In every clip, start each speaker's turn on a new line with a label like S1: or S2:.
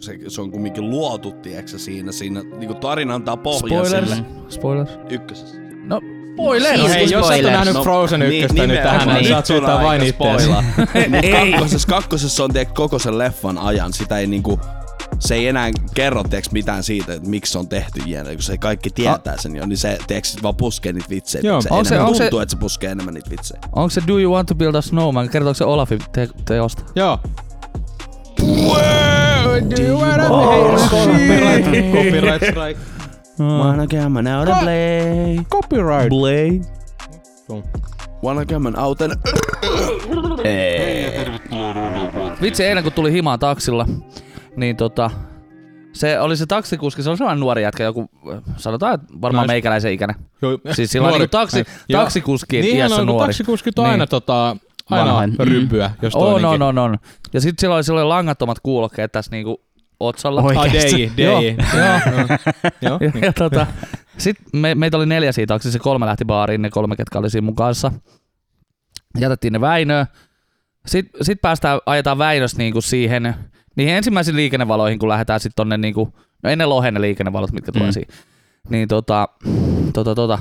S1: se, se on kumminkin luotu, tiedätkö, siinä, siinä niinku tarinan antaa pohjan
S2: Spoilers.
S1: sille.
S2: Spoilers.
S1: Ykkösessä.
S2: No, spoilers!
S3: Siis
S2: Hei,
S3: kun
S2: jos sä et ole
S3: spoilers.
S2: nähnyt
S3: No,
S2: Frozen ykköstä nyt tähän, niin saat syytää vain itseäsi.
S1: Mutta kakkosessa, kakkosessa on tiedätkö, koko sen leffan ajan. Sitä ei niinku, se ei enää kerro tiedätkö, mitään siitä, että miksi se on tehty jene, kun se kaikki tietää sen jo, niin se tiedätkö, sit vaan puskee niitä vitsejä.
S2: Joo,
S1: Joo, se
S2: onko se-
S1: enemmän,
S2: onko se-
S1: tuntuu, että se puskee enemmän niitä vitsejä.
S2: Onko se Do You Want to Build a Snowman? Kertooko se Olafin te- teosta?
S4: Joo.
S2: Copyright.
S4: Copyright strike.
S2: Mm.
S1: Wanna come out and play,
S4: Copyright.
S1: play.
S4: Joo.
S1: Wanna come out and...
S2: Vitsi, eilen kun tuli himaa taksilla, niin tota, se oli se taksikuski, se oli sellainen nuori jätkä, joku, äh, sanotaan, että varmaan
S4: Nais-
S2: meikäläisen ikäinen.
S4: Joo.
S2: Siis sillä on
S4: Nuori.
S2: niin taksi,
S4: Joo. Niin,
S2: taksikuski
S4: Niinhän
S2: iässä
S4: on, kun
S2: nuori.
S4: taksikuskit on aina
S2: Niin. Oh, no,
S4: tota, aina
S3: Vanhain. Mm.
S4: ryppyä, jos
S2: On,
S4: toinenkin.
S2: on, on, on. Ja sitten sillä oli sellainen langattomat kuulokkeet tässä niinku otsalla.
S3: Oi.
S4: Ah, DJ,
S2: Joo.
S4: DJ. Joo. Niin.
S2: Ja, ja tota, sitten me, meitä oli neljä siitä taksissa, se kolme lähti baariin, ne kolme ketkä oli siinä mun kanssa. Jätettiin ne Väinöön. Sitten sit päästään, ajetaan Väinös niinku siihen, niihin ensimmäisiin liikennevaloihin, kun lähdetään sitten tonne niinku, no ennen lohen ne liikennevalot, mitkä tulee
S3: Mm.
S2: mm. siihen. Niin tota, tota, tota.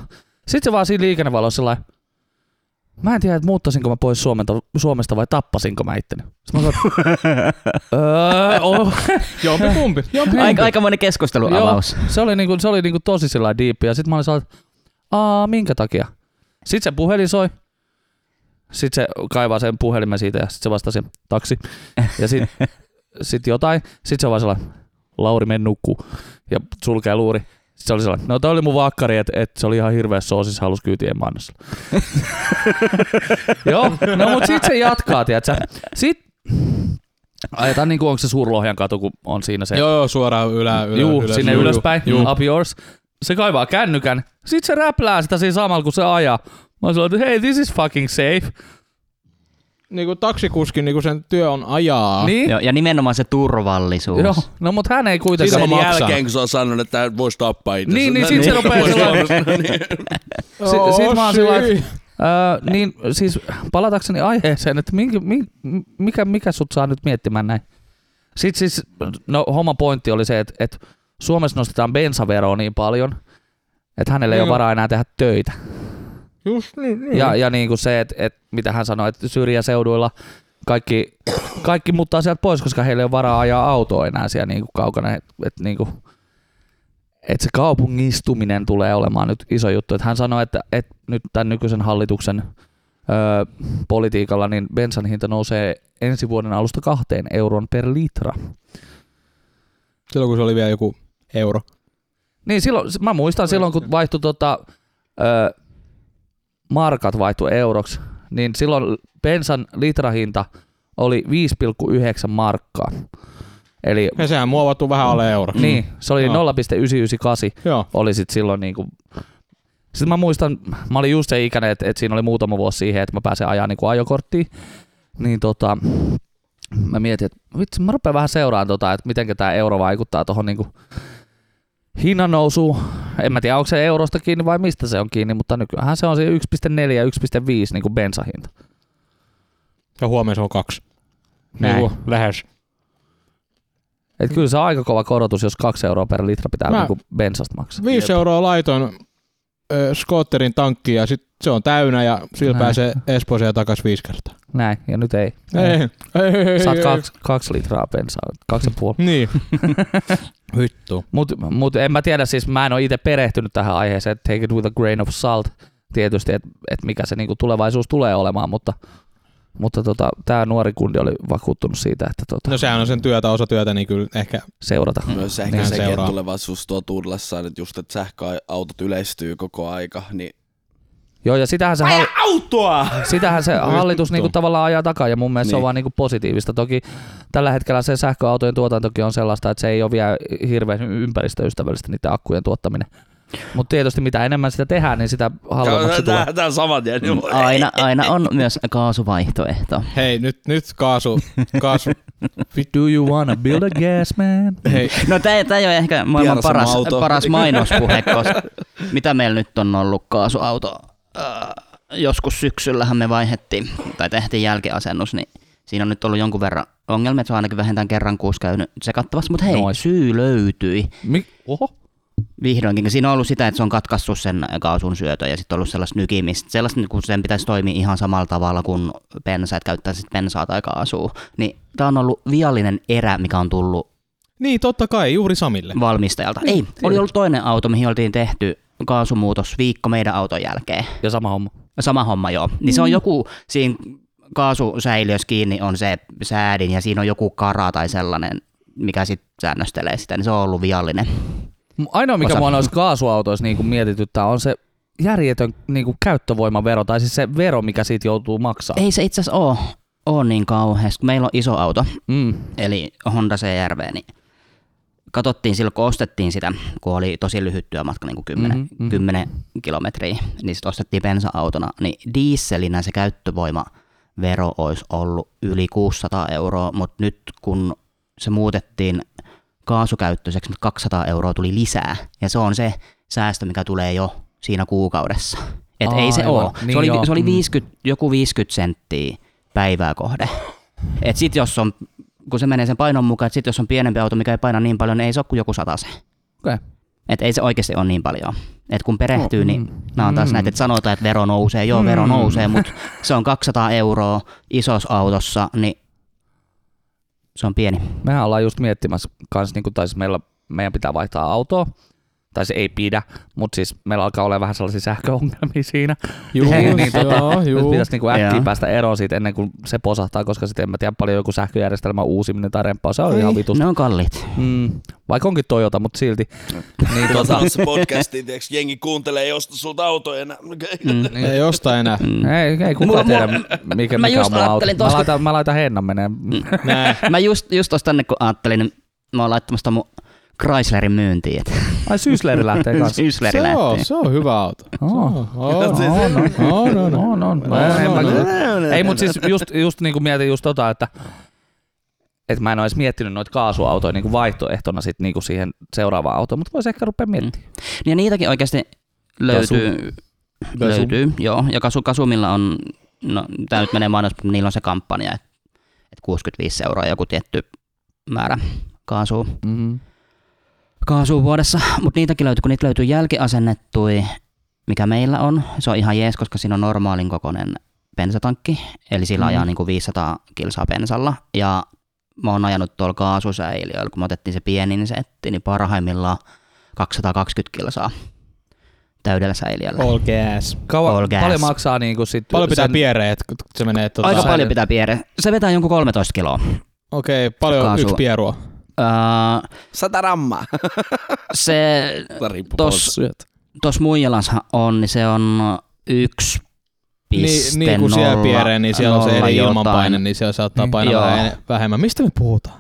S2: Sitten se vaan siinä liikennevalossa sellainen, mä en tiedä, että muuttaisinko mä pois Suomesta, Suomesta vai tappasinko mä itteni. Sitten mä sanoin, öö, oh,
S4: Jompi kumpi. Jompi
S3: Aika,
S4: kumpi.
S3: aikamoinen keskusteluavaus.
S2: Joo, se oli, niinku, se oli niinku tosi sillä diippi. Ja sit mä olin sellainen, että aa, minkä takia? Sit se puhelin soi. Sit se kaivaa sen puhelimen siitä ja sit se vastasi taksi. Ja sit, sit jotain. Sit se on vaan sellainen, Lauri meni nukkuu. Ja sulkee luuri. Sitten se oli sellainen, no toi oli mun vakkari, että et se oli ihan hirveä soosis, halus kyytiä, en mä anna sulle. Joo, no mut sit se jatkaa, tiedätkö? Sit ajetaan niinku, onko se Suurlohjan katu, kun on siinä se
S4: Joo, joo, suoraan ylä, ylä,
S2: Juu,
S4: ylös.
S2: sinne
S4: Juu, juu.
S2: ylöspäin,
S4: Juu.
S2: up yours. Se kaivaa kännykän, sit se räplää sitä siinä samalla kun se ajaa. Mä sanoin, että hei, this is fucking safe.
S4: Niinku taksikuskin niinku sen työ on ajaa.
S2: Niin?
S3: Joo, ja nimenomaan se turvallisuus.
S2: Joo, no mut hän ei
S4: Siitä
S2: kuitenkaan.
S1: Sen
S4: Sama maksaa.
S1: jälkeen, kun se on sanonut, että hän voisi tappaa itse.
S2: Niin, niin sit se rupeaa
S4: Oo, Oh,
S2: Si- sit mä oon sillä
S4: sii.
S2: Öö, niin siis palatakseni aiheeseen, että minkä, min- mikä, mikä sut saa nyt miettimään näin? Sitten siis, no homma pointti oli se, että, että Suomessa nostetaan bensaveroa niin paljon, että hänelle ei ole
S4: Niin.
S2: varaa enää tehdä töitä.
S4: Just niin, niin.
S2: Ja, ja niin kuin se, että et, mitä hän sanoi, että syrjäseuduilla kaikki, kaikki muuttaa sieltä pois, koska heillä ei ole varaa ajaa autoa enää siellä niin kuin kaukana. Et, et, niin kuin, et se kaupungistuminen tulee olemaan nyt iso juttu. Et hän sanoi, että et nyt tämän nykyisen hallituksen öö, politiikalla niin bensan hinta nousee ensi vuoden alusta kahteen euron per litra.
S4: Silloin kun se oli vielä joku euro.
S2: Niin silloin, mä muistan silloin, kun vaihtui tota, ö, markat vaihtui euroksi, niin silloin bensan litrahinta oli 5,9 markkaa. Eli
S4: Ja sehän muovattu vähän alle euro.
S2: niin, se oli
S4: Hmm. Joo.
S2: 0,998
S4: Joo.
S2: oli sit silloin niinku... Sitten mä muistan, mä olin just se ikäinen, että, että siinä oli muutama vuosi siihen, että mä pääsen ajaa niinku ajokorttiin. Niin tota, mä mietin, että vitsi, mä rupean vähän seuraamaan tota, että miten tämä euro vaikuttaa tuohon niinku hinnan nousuun. En mä tiedä, onko se eurosta kiinni vai mistä se on kiinni, mutta nykyään se on siinä 1,4 ja 1,5 niinku bensahinta.
S4: Ja huomenna se on kaksi.
S2: Näin.
S4: Niinku, lähes.
S2: Et kyllä se on aika kova korotus, jos 2 euroa per litra pitää
S4: Mä-
S2: niinku bensasta maksaa.
S4: Viisi euroa laitoin ö, skootterin tankkiin ja sit se on täynnä ja sillä
S2: Näin.
S4: pääsee Espooseen takas viisi kertaa.
S2: Näin, ja nyt ei.
S4: Ei, ei, ei, ei,
S2: Saat
S4: ei.
S2: kaksi, kaksi litraa bensaa, kaksi ja puoli.
S4: Niin. Vittu.
S2: Mut, mut en mä tiedä, siis mä en ole itse perehtynyt tähän aiheeseen, että take it with a grain of salt tietysti, että et mikä se niinku tulevaisuus tulee olemaan, mutta, mutta tota, tämä nuori kundi oli vakuuttunut siitä, että tota,
S4: No sehän on sen työtä, osa työtä, niin kyllä ehkä
S2: seurata.
S1: Myös
S2: Niin
S1: ehkä
S4: hän
S1: sekin, että
S4: seuraa.
S1: tulevaisuus tuo tullessaan, että just, että sähköautot yleistyy koko aika, niin
S2: Joo, ja sitähän se, hal-
S1: autoa!
S2: sitähän se hallitus niinku tavallaan ajaa takaa, ja mun mielestä niin. se on
S1: Niin.
S2: vaan niinku positiivista. Toki tällä hetkellä se sähköautojen tuotantokin on sellaista, että se ei ole vielä hirveän ympäristöystävällistä niiden akkujen tuottaminen. Mutta tietysti mitä enemmän sitä tehdään, niin sitä halvemmaksi se tulee.
S1: Tämä on niin saman tien.
S3: Mm, Aina, aina on myös kaasuvaihtoehto.
S4: Hei, nyt, nyt kaasu, kaasu,
S2: Do you wanna build a gas man?
S4: hei,
S3: No tää, tää ei ole ehkä maailman
S1: Vierasama
S3: paras,
S1: auto.
S3: paras mainospuhe, koska mitä meillä nyt on ollut kaasuauto? Äh, joskus syksyllähän me vaihettiin tai tehtiin jälkiasennus, niin siinä on nyt ollut jonkun verran ongelmia, että se on ainakin vähintään kerran kuusi käynyt tsekattavassa, mutta hei,
S2: Nois.
S3: syy löytyi
S2: Mi- Oho.
S3: vihdoinkin. kun Siinä on ollut sitä, että se on katkaissut sen kaasun syötön ja sitten ollut sellaista nykimistä. Sellaista, niin kun sen pitäisi toimia ihan samalla tavalla kuin bensa, että käyttää sitten bensaa tai kaasua. Niin tämä on ollut viallinen erä, mikä on tullut
S5: Niin, totta kai, juuri Samille.
S3: valmistajalta. Ei, oli ollut toinen auto, mihin oltiin tehty kaasumuutos viikko meidän auton jälkeen.
S2: Ja sama homma.
S3: Sama homma joo. Niin se on joku siinä kaasusäiliössä kiinni on se säädin ja siinä on joku kara tai sellainen, mikä sitten säännöstelee sitä, niin se on ollut viallinen.
S2: Mun Ainoa, mikä
S3: Osa.
S2: mua noissa kaasuautoissa niin kuin mietityttää, on se järjetön niin kuin käyttövoimavero, tai siis se vero, mikä siitä joutuu maksamaan.
S3: Ei se itse asiassa ole, ole niin kauheasti, kun meillä on iso auto,
S2: Mm.
S3: eli Honda CRV, niin katsottiin silloin, kun ostettiin sitä, kun oli tosi lyhyt työmatka, niin kuin 10,
S2: Mhm,
S3: mm-hmm,
S2: mhm.
S3: 10 kilometriä, niin sitten ostettiin bensa-autona, niin dieselinä se käyttövoima vero olisi ollut yli 600 euroa, mutta nyt kun se muutettiin kaasukäyttöiseksi, niin 200 euroa tuli lisää, ja se on se säästö, mikä tulee jo siinä kuukaudessa. Et ei se
S2: Aivan,
S3: ole.
S2: niin
S3: se oli,
S2: joo,
S3: se oli
S2: mm.
S3: 50, joku 50 senttiä päivää kohde. Et sit jos on, kun se menee sen painon mukaan, että sit jos on pienempi auto, mikä ei paina niin paljon, niin ei se ole kuin joku se.
S2: Okay.
S3: Et ei se oikeasti ole niin paljon. Et kun perehtyy,
S2: Oh,
S3: niin
S2: mm,
S3: nämä on taas
S2: mm.
S3: näitä, että sanotaan, että vero nousee. Joo, vero
S2: Mm.
S3: nousee, mutta se on 200 euroa isossa autossa, niin se on pieni.
S2: Mehän ollaan just miettimässä kans, niin kuin, tai siis meillä, meidän pitää vaihtaa autoa, tai se ei pidä, mutta siis meillä alkaa olla vähän sellaisia sähköongelmia siinä.
S4: Juu,
S2: Hei, niin
S4: joo,
S2: Nyt
S4: juu.
S2: pitäisi niinku äkkiä
S3: Jaa.
S2: päästä eroon siitä ennen kuin se posahtaa, koska sitten en mä tiedä paljon joku sähköjärjestelmä uusiminen tai remppaa, se on
S3: Ei.
S2: ihan vitus.
S4: No.
S3: Ne on kalliit.
S2: Mm, vaikka onkin Toyota, mutta silti. niin, tota,
S1: Tässä podcastiin, tiiäks, jengi kuuntelee, ei osta sulta autoja enää.
S3: Mm.
S4: Ei osta enää.
S2: ei, ei kukaan
S3: Mulla-
S2: tiedä,
S3: mulla-
S2: mikä,
S3: mä
S2: mikä on
S3: just
S2: mun auto.
S3: ajattelin
S2: Mä
S3: tosta-
S2: laitan, mä laitan hennan menee.
S4: Nää.
S3: Mä just, just tosta tänne, kun ajattelin, niin mä oon laittamassa mun Chryslerin myyntiin. Et.
S2: Ai Sysleri lähtee kanssa.
S3: Chrysleri
S4: Se on,
S3: lähtee.
S4: se on hyvä auto.
S2: Oh.
S4: On, on,
S2: no,
S4: on, on,
S2: On,
S4: on.
S2: on.
S4: Siis- No,
S2: en
S4: no,
S2: mä
S4: no.
S2: kyllä- Ei, mutta siis just, just niin kuin mietin just tota, että että mä en ole edes miettinyt noita kaasuautoja niin kuin vaihtoehtona sit niin kuin siihen seuraavaan autoon, mutta voisi ehkä rupea miettimään.
S3: Ja niitäkin oikeasti löytyy.
S4: Kasu.
S3: löytyy, joo. Ja kasu, kasumilla on, no tämä nyt menee mainos, mutta niillä on se kampanja, että et 65 euroa joku tietty määrä kaasua,
S2: Mm-hmm.
S3: kaasua vuodessa. Mutta niitäkin löytyy, kun niitä löytyy jälkiasennettui, mikä meillä on. Se on ihan jees, koska siinä on normaalin kokoinen bensatankki, eli sillä
S2: Mhm.
S3: ajaa niinku 500 kilsaa bensalla. Ja mä oon ajanut tuolla kaasusäiliöllä, kun me otettiin se pienin setti, niin parhaimmillaan 220 kilsaa täydellä säiliöllä.
S4: All gas.
S2: Kauan,
S3: All gas.
S2: paljon maksaa niin kuin sit
S4: Paljon pitää
S2: sen-
S4: piereet, kun se menee tota...
S3: Aika paljon
S2: säilyy.
S3: pitää pierre. Se vetää jonkun 13 kiloa.
S4: Okei, paljon
S3: Kaasua.
S4: yksi pierua.
S3: Öö,
S1: Sata rammaa.
S3: se
S1: Riippuu
S3: Tos-
S1: paljon syöt.
S3: tos Muijalashan on, niin se on yksi
S4: Niin, niin kun siellä piereen, niin siellä on se eri ilmanpaine, niin siellä saattaa
S2: Niin.
S4: painaa
S3: Mm. Joo.
S4: vähän vähemmän. Mistä me puhutaan?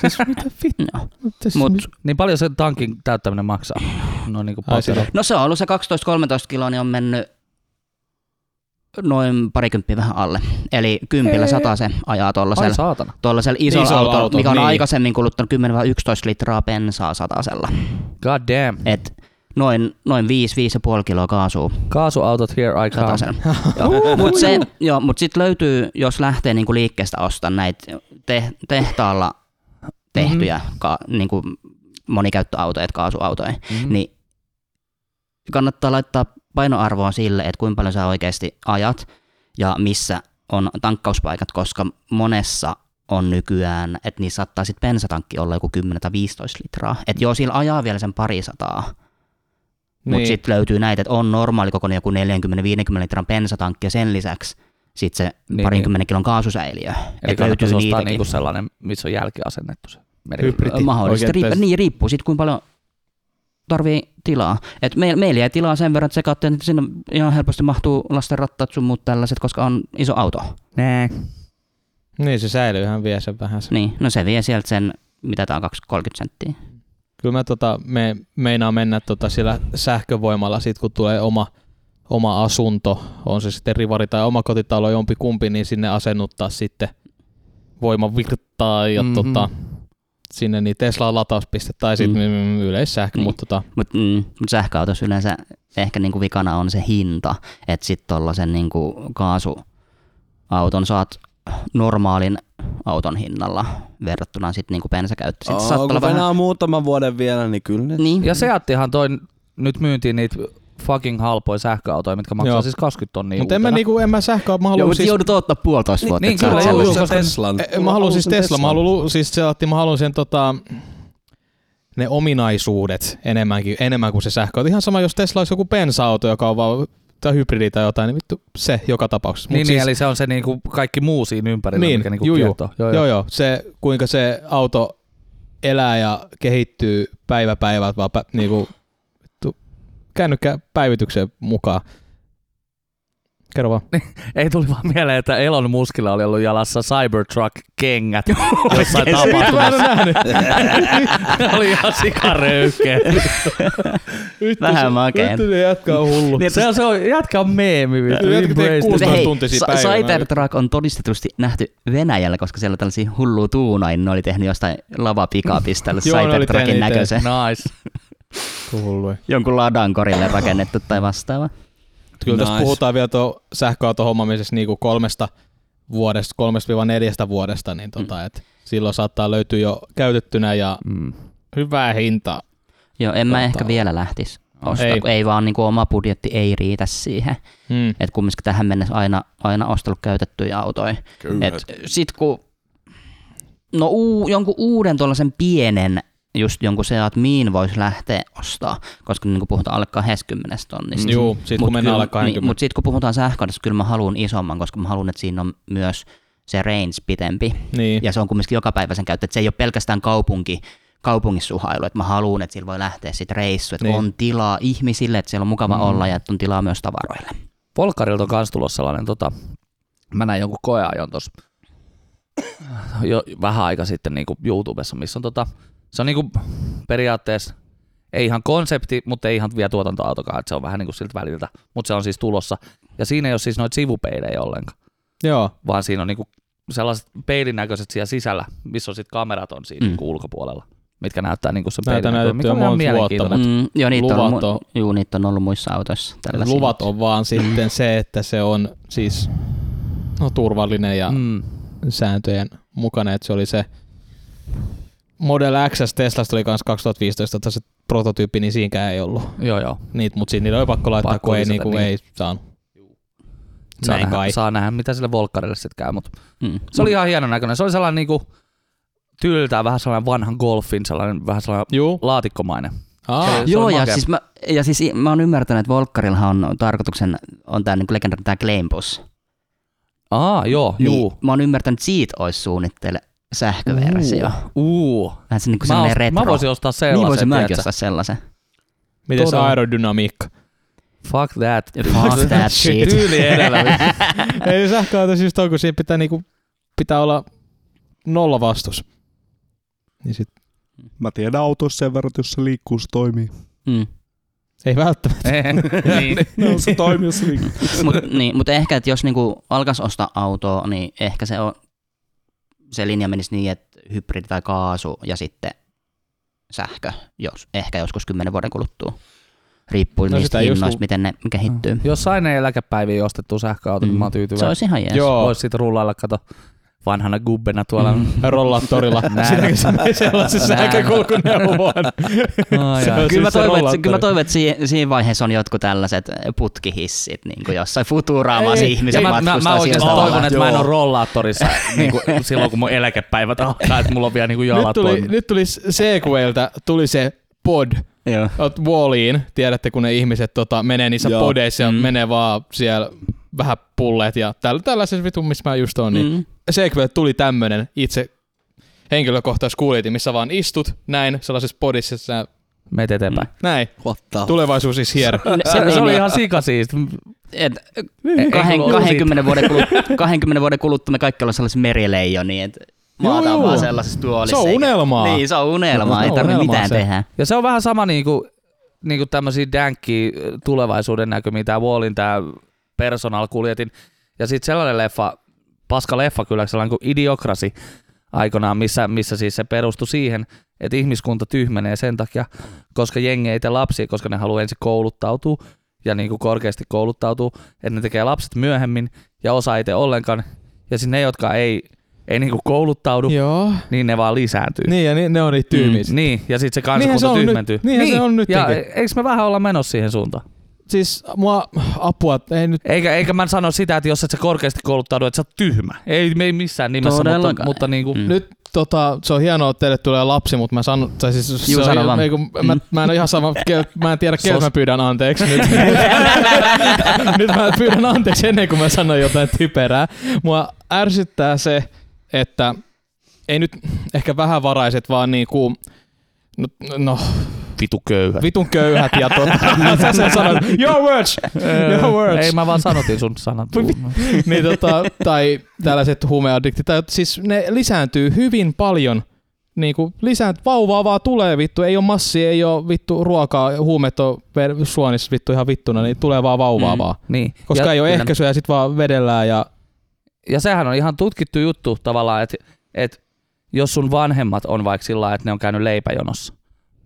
S4: Siis mitä vittu?
S3: No.
S4: Tässä-
S3: Mut,
S2: Niin paljon se tankin täyttäminen maksaa? No niin kuin
S4: Ai sitä.
S3: no se on ollut se 12-13 kiloa, niin on mennyt noin parikymppiä vähän alle. Eli kympillä
S2: Ei.
S3: sata se ajaa
S2: Ai
S3: tuollaisella
S2: saatana.
S3: tuollaisella isolla,
S4: Isolla
S3: isolla autolla,
S4: autolla,
S3: mikä on
S4: niin.
S3: aikaisemmin kuluttanut 10-11 litraa bensaa satasella.
S2: God damn.
S3: Et noin, noin 5-5,5 kiloa kaasua
S2: Kaasuautot here I come.
S3: Satasella. Mutta se, joo, mut sitten löytyy, jos lähtee niinku liikkeestä ostaa näitä te, tehtaalla tehtyjä ka, niinku monikäyttöautoja, et kaasuautoja,
S2: Mhm.
S3: niin kannattaa laittaa painoarvoa sille, että kuinka paljon sä oikeasti ajat ja missä on tankkauspaikat, koska monessa on nykyään, että niissä saattaa sitten bensatankki olla joku 10 tai 15 litraa. Että joo, sillä ajaa vielä sen pari sataa, mutta
S4: Niin.
S3: sitten löytyy näitä, että on normaali kokoinen joku 40-50 litran bensatankki ja sen lisäksi sitten se
S2: Niin,
S3: niin, parinkymmenen kilon kaasusäiliö.
S2: Eli
S3: Että löytyy
S2: kannattaisi ostaa
S3: niitäkin.
S2: niinku
S4: niin.
S2: sellainen, missä on jälkiasennettu se merkitys.
S4: Hybridi.
S3: Mahdollisesti.
S4: Oikein
S3: Riip,
S4: täys-
S3: niin riippuu siitä, kuinka paljon tarvii tilaa. Et me, meillä jäi tilaa sen verran, että sekaatte, että sinne ihan helposti mahtuu lasten rattaat sun muut tällaiset, koska on iso auto.
S2: Nää.
S4: Niin, se säilyyhän vie sen vähän. se.
S3: Niin, no se vie sieltä sen, mitä tää on, 30 senttiä.
S4: Kyllä mä tota, me, meinaan mennä tota sillä sähkövoimalla, sit kun tulee oma, oma asunto, on se sitten rivari tai oma kotitalo jompi kumpi, niin sinne asennuttaa sitten voimavirtaa ja
S2: Mhm.
S4: mm-hmm. tota, sinne niin Tesla latauspiste tai sitten mm. yleissähkö,
S3: Niin.
S4: niin. mutta tota,
S3: Mutta mm, mut sähköautossa yleensä ehkä niinku vikana on se hinta, että sitten tuollaisen niinku kaasuauton saat normaalin auton hinnalla verrattuna sitten niinku bensakäyttö. Sitten oh, saattaa olla
S1: kun
S3: vähän...
S1: venaa muutaman vuoden vielä, niin kyllä ne...
S3: Niin.
S2: Ja Seattihan toi nyt myyntiin niitä fucking halpoja sähköautoja, mitkä maksaa
S4: Joo.
S2: siis 20 tonnia
S4: Mutta en mä,
S2: uutena.
S4: niinku, en mä sähköä, mä
S3: Joo,
S4: haluan
S3: mutta
S4: siis...
S3: siis... joudut odottaa puolitoista vuotta.
S2: niin,
S3: että sä
S2: kyllä, joo,
S3: oot sen-
S2: joo.
S1: sen
S2: koska-
S1: Teslan.
S4: Eh, Mä haluan siis Tesla, mä haluan, lu- siis Seatti, mä haluan sen tota, ne ominaisuudet enemmänkin, enemmän kuin se sähkö. Ihan sama, jos Tesla olisi joku bensa-auto, joka on vaan tai hybridi tai jotain, niin vittu se joka tapauksessa. Mut
S2: Niin,
S4: siis,
S2: siis... eli se on se niinku kaikki muu siinä ympärillä,
S4: Niin,
S2: mikä niinku
S4: juu, juu.
S2: kiehtoo. Joo,
S4: joo, joo, se kuinka se auto elää ja kehittyy päivä päivältä, vaan pä, niinku, vittu, kännykkä päivityksen mukaan. Kerro vaan.
S2: Ei tuli vaan mieleen, että Elon Muskilla oli ollut jalassa Cybertruck-kengät jossain tapahtumassa. Ne oli ihan sikaröyhkeä.
S3: Vähän makea.
S4: Vittu, ne jatkaa hullu.
S3: Niin,
S2: se on, se on, jätkä on meemi. vittu.
S4: Jätkä tekee
S2: Embrace
S4: kuusi-
S2: the-
S3: Mutta hei,
S4: tuntisia
S3: Sa-
S4: päivänä.
S3: Cybertruck on todistetusti nähty Venäjällä, koska siellä on tällaisia hullu tuunain, niin ne oli tehnyt jostain lavapikapista tällä
S4: Joo, ne oli tehnyt
S3: Cybertruckin
S4: itse.
S3: näköisen,
S2: Nice.
S4: Hulluja.
S3: jonkun ladan korille rakennettu tai vastaava.
S4: Kyllä nice.
S1: Nice.
S4: tässä puhutaan vielä tuo sähköautohommamisessa niinku kolmesta vuodesta, kolmesta viiva neljästä vuodesta, niin tota, mm. et silloin saattaa löytyä jo käytettynä ja
S2: Mm.
S4: hyvää hintaa.
S3: Joo, en mä
S4: Totta.
S3: ehkä vielä lähtisi ostaa,
S4: Ei.
S3: ei. ei vaan niin oma budjetti ei riitä siihen.
S4: Mm.
S3: Et kumminkin tähän mennessä aina, aina ostellut käytettyjä autoja.
S1: Kyllä.
S3: Et sit kun, no uu, jonkun uuden tuollaisen pienen, just jonkun Seat Miin voisi lähteä ostaa, koska niin kuin puhutaan alle 20 tonnista.
S4: Mm. Juu, sit kun mennään alle 20.
S3: Niin, Mutta sitten kun puhutaan sähköautosta, kyllä mä haluan isomman, koska mä haluan, että siinä on myös se range pitempi.
S4: Niin.
S3: Ja se on kumminkin jokapäiväisen käyttö, että se ei ole pelkästään kaupunki, kaupungissuhailu, että mä haluan, että sillä voi lähteä sitten reissu, että
S4: Niin.
S3: niin. on tilaa ihmisille, että siellä on mukava mm. olla ja että on tilaa myös tavaroille.
S2: Polkarilta on kans tulossa sellainen, tota, mä näin jonkun koeajon tossa jo vähän aika sitten niin kuin YouTubessa, missä on tota, se on niin kuin periaatteessa ei ihan konsepti, mutta ei ihan vielä tuotantoautokaan, että se on vähän niin kuin siltä väliltä, mutta se on siis tulossa. Ja siinä ei ole siis noita sivupeilejä ollenkaan,
S4: Joo.
S2: vaan siinä on niin kuin sellaiset peilin näköiset siellä sisällä, missä on sitten kamerat on siinä
S3: Mm.
S2: mm. ulkopuolella, mitkä näyttää niin kuin sen
S4: Näitä
S2: peilin näkökulman,
S4: näytetty
S2: mikä
S4: jo
S2: on ihan
S4: monta vuotta,
S2: mielenkiintoinen.
S4: mut
S3: Mm, joo, niitä on,
S4: luvat
S3: mu-
S4: on-
S3: juu, niitä on ollut muissa autoissa.
S4: Et
S3: Tällaisia.
S4: luvat on vaan sitten se, että se on siis no, turvallinen ja mm.
S2: Mm.
S4: sääntöjen mukainen, että se oli se Model X Teslasta oli kans 2015, että se prototyyppi, niin siinkään ei ollut.
S2: Joo, joo.
S4: Niit, mutta siinä niillä oli pakko laittaa,
S2: Pakko
S4: pakko kun ei,
S2: lisätä, niin.
S4: niinku, niin. ei saanut.
S2: Saa
S4: Näin
S2: nähdä,
S4: kai.
S2: saa nähdä, mitä sille Volkarille sitten käy, mutta
S3: Mm.
S2: Se oli ihan hienon näköinen. Se oli sellainen niinku tyyltään vähän sellainen vanhan golfin, sellainen vähän sellainen
S4: Juu.
S2: laatikkomainen.
S4: Aa,
S2: Se oli-
S3: Joo, ja
S2: makea.
S3: siis, mä, ja siis i- mä oon ymmärtänyt, että Volkkarillahan on tarkoituksen, on tää niinku legendaarinen tää Claimbus.
S2: Aa, joo,
S3: Niin,
S2: juu.
S3: mä oon ymmärtänyt, että siitä olisi suunnitteille sähköversio. Uh.
S2: Uu.
S3: Vähän se niinku
S2: Mä,
S3: sellainen
S2: ost-
S3: retro.
S2: mä voisin ostaa sellaisen,
S3: niin voisin mäkin
S2: tiedätkö?
S3: ostaa sellaisen.
S4: Miten se
S2: todella-
S4: aerodynamiikka?
S2: Fuck that.
S3: Fuck that shit.
S4: Tyyli edellä. ei sähköauto siis on, kun siinä pitää, niinku, pitää olla nolla vastus. Niin sit,
S1: Mä tiedän autossa sen verran, että jos se liikkuu, se toimii.
S3: Mm.
S4: ei välttämättä.
S2: niin.
S1: No, se toimii, jos se liikkuu.
S3: Mutta niin, mut ehkä, että jos niinku alkaisi ostaa autoa, niin ehkä se, on, se linja menisi niin, että hybridi tai kaasu ja sitten sähkö, jos, ehkä joskus kymmenen vuoden kuluttua. Riippuu
S4: No
S3: no niistä
S4: sitä just
S3: hinnoista,
S4: kun-
S3: miten ne kehittyy.
S2: Jos aina ei eläkepäiviä ostettu sähköauto, mm. niin mä oon
S3: Se
S2: tyytyväinen.
S3: olisi ihan jees.
S4: Joo.
S2: Voisi siitä rullailla, kato, vanhana gubbena tuolla. Mm.
S4: Rollaa torilla.
S2: Näin.
S4: Sitäkin se menee sellaisen
S2: Näin.
S4: sähkökulkuneuvon. Se
S3: Kyllä, mä
S4: on siis se
S3: toivon, että,
S4: rollattori.
S3: kyllä mä toivon, että siinä, siinä vaiheessa on jotkut tällaiset putkihissit, niin kuin jossain futuraamassa
S2: Ja
S3: ihmiset
S2: mä, mä, mä
S3: matkustaa sillä
S2: oikeastaan
S3: tavalla.
S2: toivon, että mä en
S1: Joo.
S2: ole rollaattorissa niin kuin, silloin, kun mun eläkepäivät alkaa, että mulla on vielä niin kuin
S4: Nyt
S2: jalat
S4: tuli,
S2: toimii.
S4: nyt tuli Segwayltä, tuli se pod.
S3: Joo.
S4: Oot Walliin, tiedätte kun ne ihmiset tota, menee niissä
S1: Joo.
S4: podeissa ja
S2: Mm.
S4: mm. menee vaan siellä vähän pulleet ja tällä, tällaisessa vitun, missä mä just oon, niin
S3: Mm.
S4: Segway tuli tämmönen itse henkilökohtais kuulijoitin, missä vaan istut näin sellaisessa podissa, sä,
S2: Meet eteenpäin.
S4: näin,
S1: What the
S4: tulevaisuus is here.
S2: Se, se
S3: niin,
S2: oli ihan sikasiisti.
S3: et,
S4: Niin,
S2: Ei
S3: eh, kahden,
S2: ollut
S3: 20, vuoden kulut, 20 vuoden kuluttua me kaikki ollaan sellaisessa merileijoni, että maata on
S4: Joo,
S3: vaan
S4: joo.
S3: sellaisessa tuolissa.
S4: Se on
S3: eikä-
S4: unelmaa.
S3: Niin, se on unelmaa, ei
S4: Se on
S3: tarvitse
S4: unelmaa
S3: mitään
S4: se.
S3: tehdä.
S2: Ja se on vähän sama niinku, niinku tämmöisiä dänkkiä tulevaisuuden näkymiä, tää Wallin, tää Personal kuljetin. Ja sitten sellainen leffa, paska leffa kyllä, sellainen kuin Idiokrasi aikanaan, missä, missä siis se perustui siihen, että ihmiskunta tyhmenee sen takia, koska jengi ei tee lapsia, koska ne haluaa ensin kouluttautua niinku ja niin kuin korkeasti kouluttautuu, että ne tekee lapset myöhemmin ja osa ei tee ollenkaan. ja sitten ne, jotka ei, ei niinku kouluttaudu,
S4: Joo.
S2: niin ne vaan lisääntyy.
S4: Niin, ja ni, ne on niitä tyymiä. Mm.
S2: Niin, ja sitten se
S4: Niinhän se
S2: kansakunta
S4: on nyt-
S2: tyhmentyy.
S4: niinhän se on nyttenkin.
S2: Ja e- eikö me vähän olla menossa siihen suuntaan?
S4: Siis mua apua, ei nyt
S2: Eikä, eikä mä sano sitä, että jos et sä korkeasti kouluttaudu, että sä oot tyhmä. Ei, ei missään nimessä, mutta,
S3: Todellakaan.
S2: mutta niinku,
S3: Mm.
S2: mm.
S4: Nyt tota, se on hienoa, että teille tulee lapsi, mutta mä sanon, tai siis
S3: Juu,
S4: se
S3: sano
S4: on,
S3: vaan.
S4: ei, kun, mä, mä, en ole ihan sama, ke, mä en tiedä, keltä
S2: Sos-
S4: mä pyydän anteeksi nyt. nyt mä pyydän anteeksi ennen kuin mä sanon jotain typerää. Mua ärsyttää se, että ei nyt ehkä vähävaraiset, vaan niinku, no, no
S2: vitu köyhä.
S4: vitun köyhät ja tota, sä sen sanoit, your words, your No words.
S2: Ei mä vaan sanotin sun sanat.
S4: niin tota, tai tällaiset huumeaddiktit, tai siis ne lisääntyy hyvin paljon. Niin kuin lisäänt, vauvaa vaan tulee vittu, ei ole massi, ei ole vittu ruokaa, huumeet on ver- suonissa vittu ihan vittuna, niin tulee vaan vauvaa
S3: Mm.
S4: vaan.
S2: niin.
S4: Koska
S2: ja,
S4: ei ole
S3: kyllä.
S4: ehkäisyä ja sit vaan vedellään ja
S2: ja sehän on ihan tutkittu juttu tavallaan, että et, jos sun vanhemmat on vaikka sillä lailla, että ne on käynyt leipäjonossa,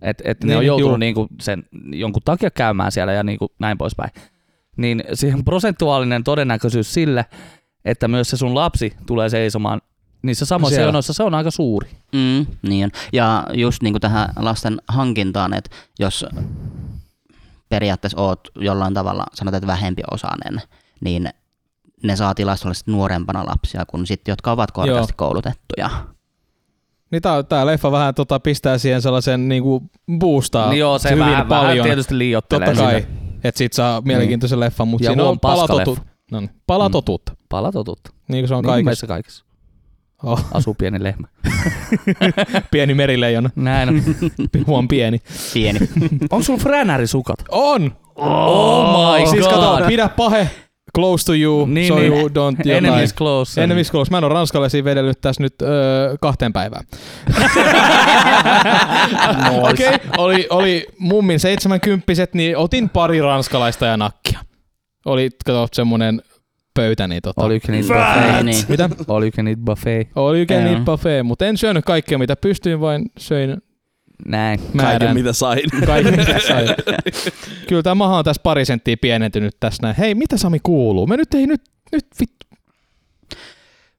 S2: että et ne
S4: Niin,
S2: on
S4: juu.
S2: joutunut niinku sen jonkun takia käymään siellä ja niinku näin poispäin, niin siihen prosentuaalinen todennäköisyys sille, että myös se sun lapsi tulee seisomaan niissä samoissa
S4: Siellä.
S2: jonoissa, se on aika suuri.
S3: Mm, niin on. Ja just niin kuin tähän lasten hankintaan, että jos periaatteessa oot jollain tavalla, sanotaan, että vähempi osainen, niin ne saa tilastollisesti nuorempana lapsia kuin sitten, jotka ovat korkeasti koulutettuja.
S4: niin tää, tää leffa vähän tota, pistää siihen sellaisen niinku boostaa
S2: Niin joo, se
S4: hyvin
S2: vähän, vähän
S4: paljon.
S2: tietysti liiottelee
S4: Totta kai,
S2: sitä.
S4: että sit saa mielenkiintoisen leffan, mutta
S2: Ja
S4: siinä
S2: huom,
S4: on palatotu,
S2: paskaleffa.
S4: no, niin, palatotuutta. Mm.
S2: Palatotutta.
S4: Niin kuin se on
S2: Niin kuin
S4: kaikessa.
S2: meissä kaikissa.
S4: Oh,
S2: Asuu pieni lehmä.
S4: pieni merileijona,
S2: Näin on.
S4: huon pieni.
S3: Pieni.
S4: Niin,
S2: on sulla fränärisukat?
S4: On!
S2: Oh my
S4: siis kato, pidä pahe, close to you, niin,
S2: Niin,
S4: so
S2: niin.
S4: you don't jotain.
S2: Enemies close.
S4: Enemies close. Mä en ole ranskalaisia vedellyt tässä nyt öö, kahteen päivään. Okei, okay, oli, oli mummin seitsemänkymppiset, niin otin pari ranskalaista ja nakkia. Oli, kato, semmonen pöytä, niin tota.
S2: All
S4: Oli.
S2: you can eat buffet.
S3: niin.
S4: Mitä?
S2: All you can eat buffet.
S4: Oli
S3: Joo.
S4: kyllä niin buffet, mutta en syönyt kaikkea, mitä pystyin, vain söin
S2: Näin.
S1: Kaiken
S4: määrän.
S1: mitä sain.
S4: Kaiken, mitä sai. Kyllä tämä maha on tässä pari senttiä pienentynyt tässä näin. Hei, mitä Sami kuuluu? Me nyt ei nyt, nyt vittu.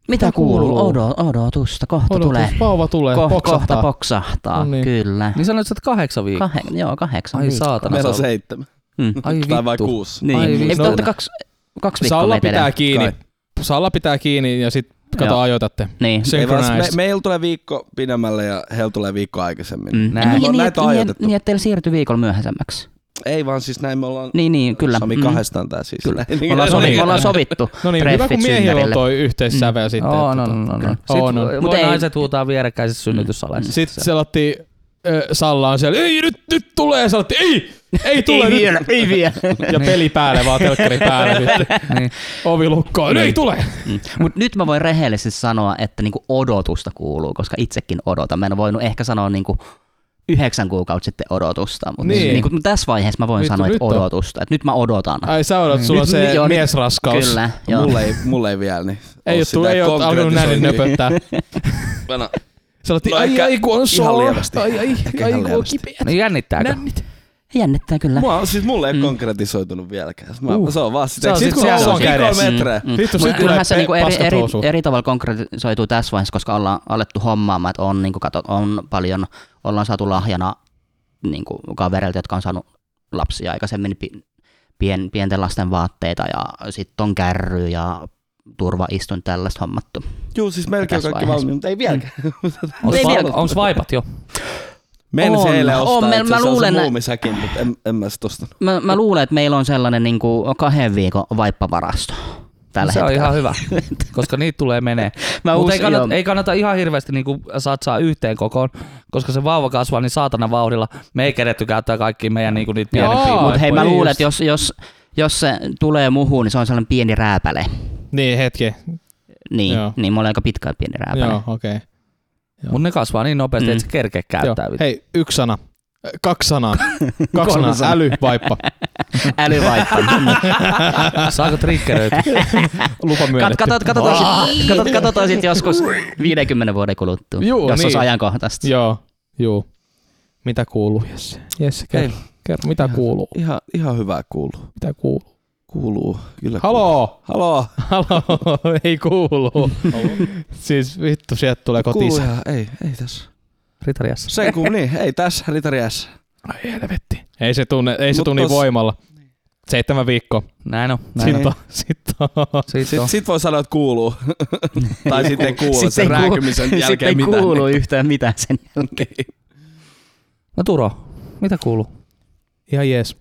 S3: Mitä kuuluu?
S4: kuuluu?
S3: Odo, odotusta, kohta
S4: Odotus,
S3: tulee.
S4: Vauva tulee,
S3: Ko- kohta
S4: poksahtaa.
S3: poksahtaa,
S4: No niin.
S3: kyllä.
S2: Niin sanoit, että sä oot kahdeksan viikkoa.
S3: Kahe, joo, kahdeksan
S2: Ai
S3: viikkoa.
S2: saatana.
S1: Meillä on
S2: se on-
S1: seitsemän.
S3: Mm.
S2: Ai
S1: Tai vai
S2: vittu.
S1: kuusi.
S3: Niin,
S2: Ai
S3: Ei,
S4: no-
S2: vittu.
S3: mutta kaksi, kaksi viikkoa
S4: Salla
S3: meitä
S4: pitää
S3: edellä.
S4: kiinni. Salla pitää kiinni ja sit kato
S3: Joo.
S4: ajoitatte.
S3: Niin.
S1: Ei vaan,
S4: Synchronized.
S1: me, meillä tulee viikko pidemmälle ja heillä tulee viikko aikaisemmin.
S3: Mm.
S2: Näin.
S3: Näin.
S1: Näitä
S3: Niin,
S1: on
S3: niin, että- niin,
S1: ajoitettu.
S3: niin, että teillä siirtyi viikolla myöhäisemmäksi.
S1: Ei vaan siis näin me ollaan
S3: Niin, niin, kyllä.
S1: Sami
S3: Mm.
S1: kahdestaan tää siis.
S3: Kyllä.
S1: Näin,
S3: Me ollaan,
S1: niin,
S3: sovi,
S1: niin.
S3: me ollaan sovittu
S4: No niin, hyvä
S3: treffit Mm.
S4: kun miehillä on
S3: synnärille.
S4: toi yhteissävel sitten.
S2: Oh,
S4: että
S2: no, no,
S4: tota-
S2: no, no.
S3: Kyllä.
S4: On, on.
S2: Sitten
S3: Mut
S2: voi
S3: ei-
S2: naiset huutaa vierekkäisissä synnytyssaleissa.
S4: Sitten selatti ö, Salla on siellä, ei nyt, nyt tulee, selatti, ei, ei tule nyt.
S3: ei vielä. Niin.
S4: Ja peli päälle vaan, telkkari päälle sitten.
S2: Niin.
S4: Ovi lukkoon,
S3: Niin.
S4: ei tule.
S3: Mutta nyt mä voin rehellisesti sanoa, että niinku odotusta kuuluu, koska itsekin odotan. Mä en ole voinut ehkä sanoa niinku yhdeksän kuukautta sitten odotusta, mutta
S4: Niin.
S3: niin. niinku tässä vaiheessa mä voin
S4: Vittu,
S3: sanoa,
S4: nyt
S3: että
S4: on.
S3: odotusta. Et nyt mä odotan.
S4: Ai sä odot, sulla on
S3: Niin. Nyt-
S4: se
S3: joo, nyt-
S4: miesraskaus.
S3: Kyllä, joo.
S1: Mulle ei, mulle ei vielä niin.
S4: Ei ole, tullut, ei ole alkanut näin niin nöpöttää.
S1: Mä
S4: Sä olet,
S1: No
S4: ai,
S1: ehkä
S4: ai kun on
S1: ihan
S4: sore,
S1: lievästi.
S4: ai, ai,
S1: Ehkä
S4: ai
S1: ihan
S4: kun on
S1: lievästi. No
S4: kipeät
S2: Niin jännittääkö?
S4: nännit.
S3: Jännittää kyllä.
S1: Mua, siis mulle ei ole konkretisoitunut vieläkään. Mä, uh. Se on vaan sitä.
S2: Se on sit
S1: kun
S2: se
S1: auto
S2: on
S3: kädessä.
S1: Kolme metriä.
S3: Mm.
S4: Vittu,
S3: Mutta kyllähän
S4: sit tulee
S3: se
S4: pe-
S3: niinku eri,
S4: paskat
S3: eri,
S4: housuun.
S3: eri tavalla konkretisoituu tässä vaiheessa, koska ollaan alettu hommaamaan, että on, niinku, katot, on paljon, ollaan saatu lahjana niinku, kavereilta, jotka on saanut lapsia aikaisemmin, pi- pien, pienten lasten vaatteita ja sitten on kärry ja turvaistuin tällaista hommattu.
S1: Juu, siis melkein
S3: Tässä
S1: kaikki
S3: vaiheessa. Mm.
S1: valmiin, mutta ei vieläkään.
S2: Onks
S3: Ei
S2: va-
S3: vielä.
S2: Onks vaipat jo?
S1: Meinasin
S3: On.
S1: eilen
S3: On,
S1: ostaa
S3: mä-
S1: itse
S3: mä
S1: asiassa
S3: luulen nä-
S1: muumisäkin, mutta en, en mä sit ostanut.
S3: Mä, mä luulen, että meillä on sellainen niinku, kahden viikon vaippavarasto tällä
S2: Se on
S3: hetkellä.
S2: ihan hyvä, koska niitä tulee menee.
S3: Mä
S2: Mutta ei,
S3: uskon,
S2: kannata,
S3: joo.
S2: ei kannata ihan hirveästi niinku satsaa yhteen kokoon, koska se vauva kasvaa niin saatana vauhdilla. Me ei keretty käyttää kaikki meidän niinku niitä
S4: Joo,
S2: pienempiä.
S4: mut
S3: Mutta hei, mä
S4: Niin
S3: luulen,
S4: just.
S3: että jos, jos, jos se tulee muhuun, niin se on sellainen pieni rääpäle.
S4: Niin, hetki.
S3: Niin,
S4: Joo.
S3: niin mulla oli aika pitkä pieni rääpäle.
S4: Joo, okei.
S2: Mutta ne kasvaa niin nopeasti,
S3: Mm.
S2: että se kerkeä
S4: Joo.
S2: käyttää. vittu.
S4: Hei, yksi sana. Ö, Kaksi sanaa. Kaksi
S3: Kolme
S4: sanaa.
S3: sanaa.
S4: Äly, vaippa.
S3: Älyvaippa.
S2: Saako triggeröitä?
S4: Lupa
S3: Kat,
S4: myönnetty.
S3: katot, katsotaan, sit, katot, katsotaan sit joskus 50 vuoden kuluttua,
S4: Juu,
S3: jos on se
S4: niin.
S3: ajankohtaista.
S4: Joo, juu. Mitä kuuluu, Jesse? Jesse, kerro.
S1: Hei.
S4: kerro. Mitä kuuluu?
S1: Ihan, ihan hyvää kuuluu.
S4: Mitä kuuluu?
S1: Kuuluu, kyllä kuuluu.
S4: Haloo!
S1: Haloo!
S4: Haloo! Ei kuulu. siis vittu, sieltä tulee
S1: Kuuluu
S4: kotiin.
S1: ihan, ei, ei tässä.
S2: Ritariassa.
S1: Sen kun niin, ei tässä, Ritari S.
S4: Ai helvetti. Ei se tunne, ei se
S1: Mut
S4: tunni
S1: tos-
S4: voimalla. Seitsemän viikkoa.
S2: Näin on. Näin on.
S4: Sitten on. Sitten on.
S2: Sitten
S1: Sitten
S2: on.
S1: sit voi sanoa, että kuuluu. tai sitten ei kuulu
S3: Sitten
S1: sen
S3: ei kuulu-
S1: rääkymisen
S3: Sitten
S1: jälkeen
S3: ei
S1: mitään.
S3: kuulu yhtään mitään sen jälkeen.
S2: No Turo, mitä kuuluu?
S4: Ihan jees.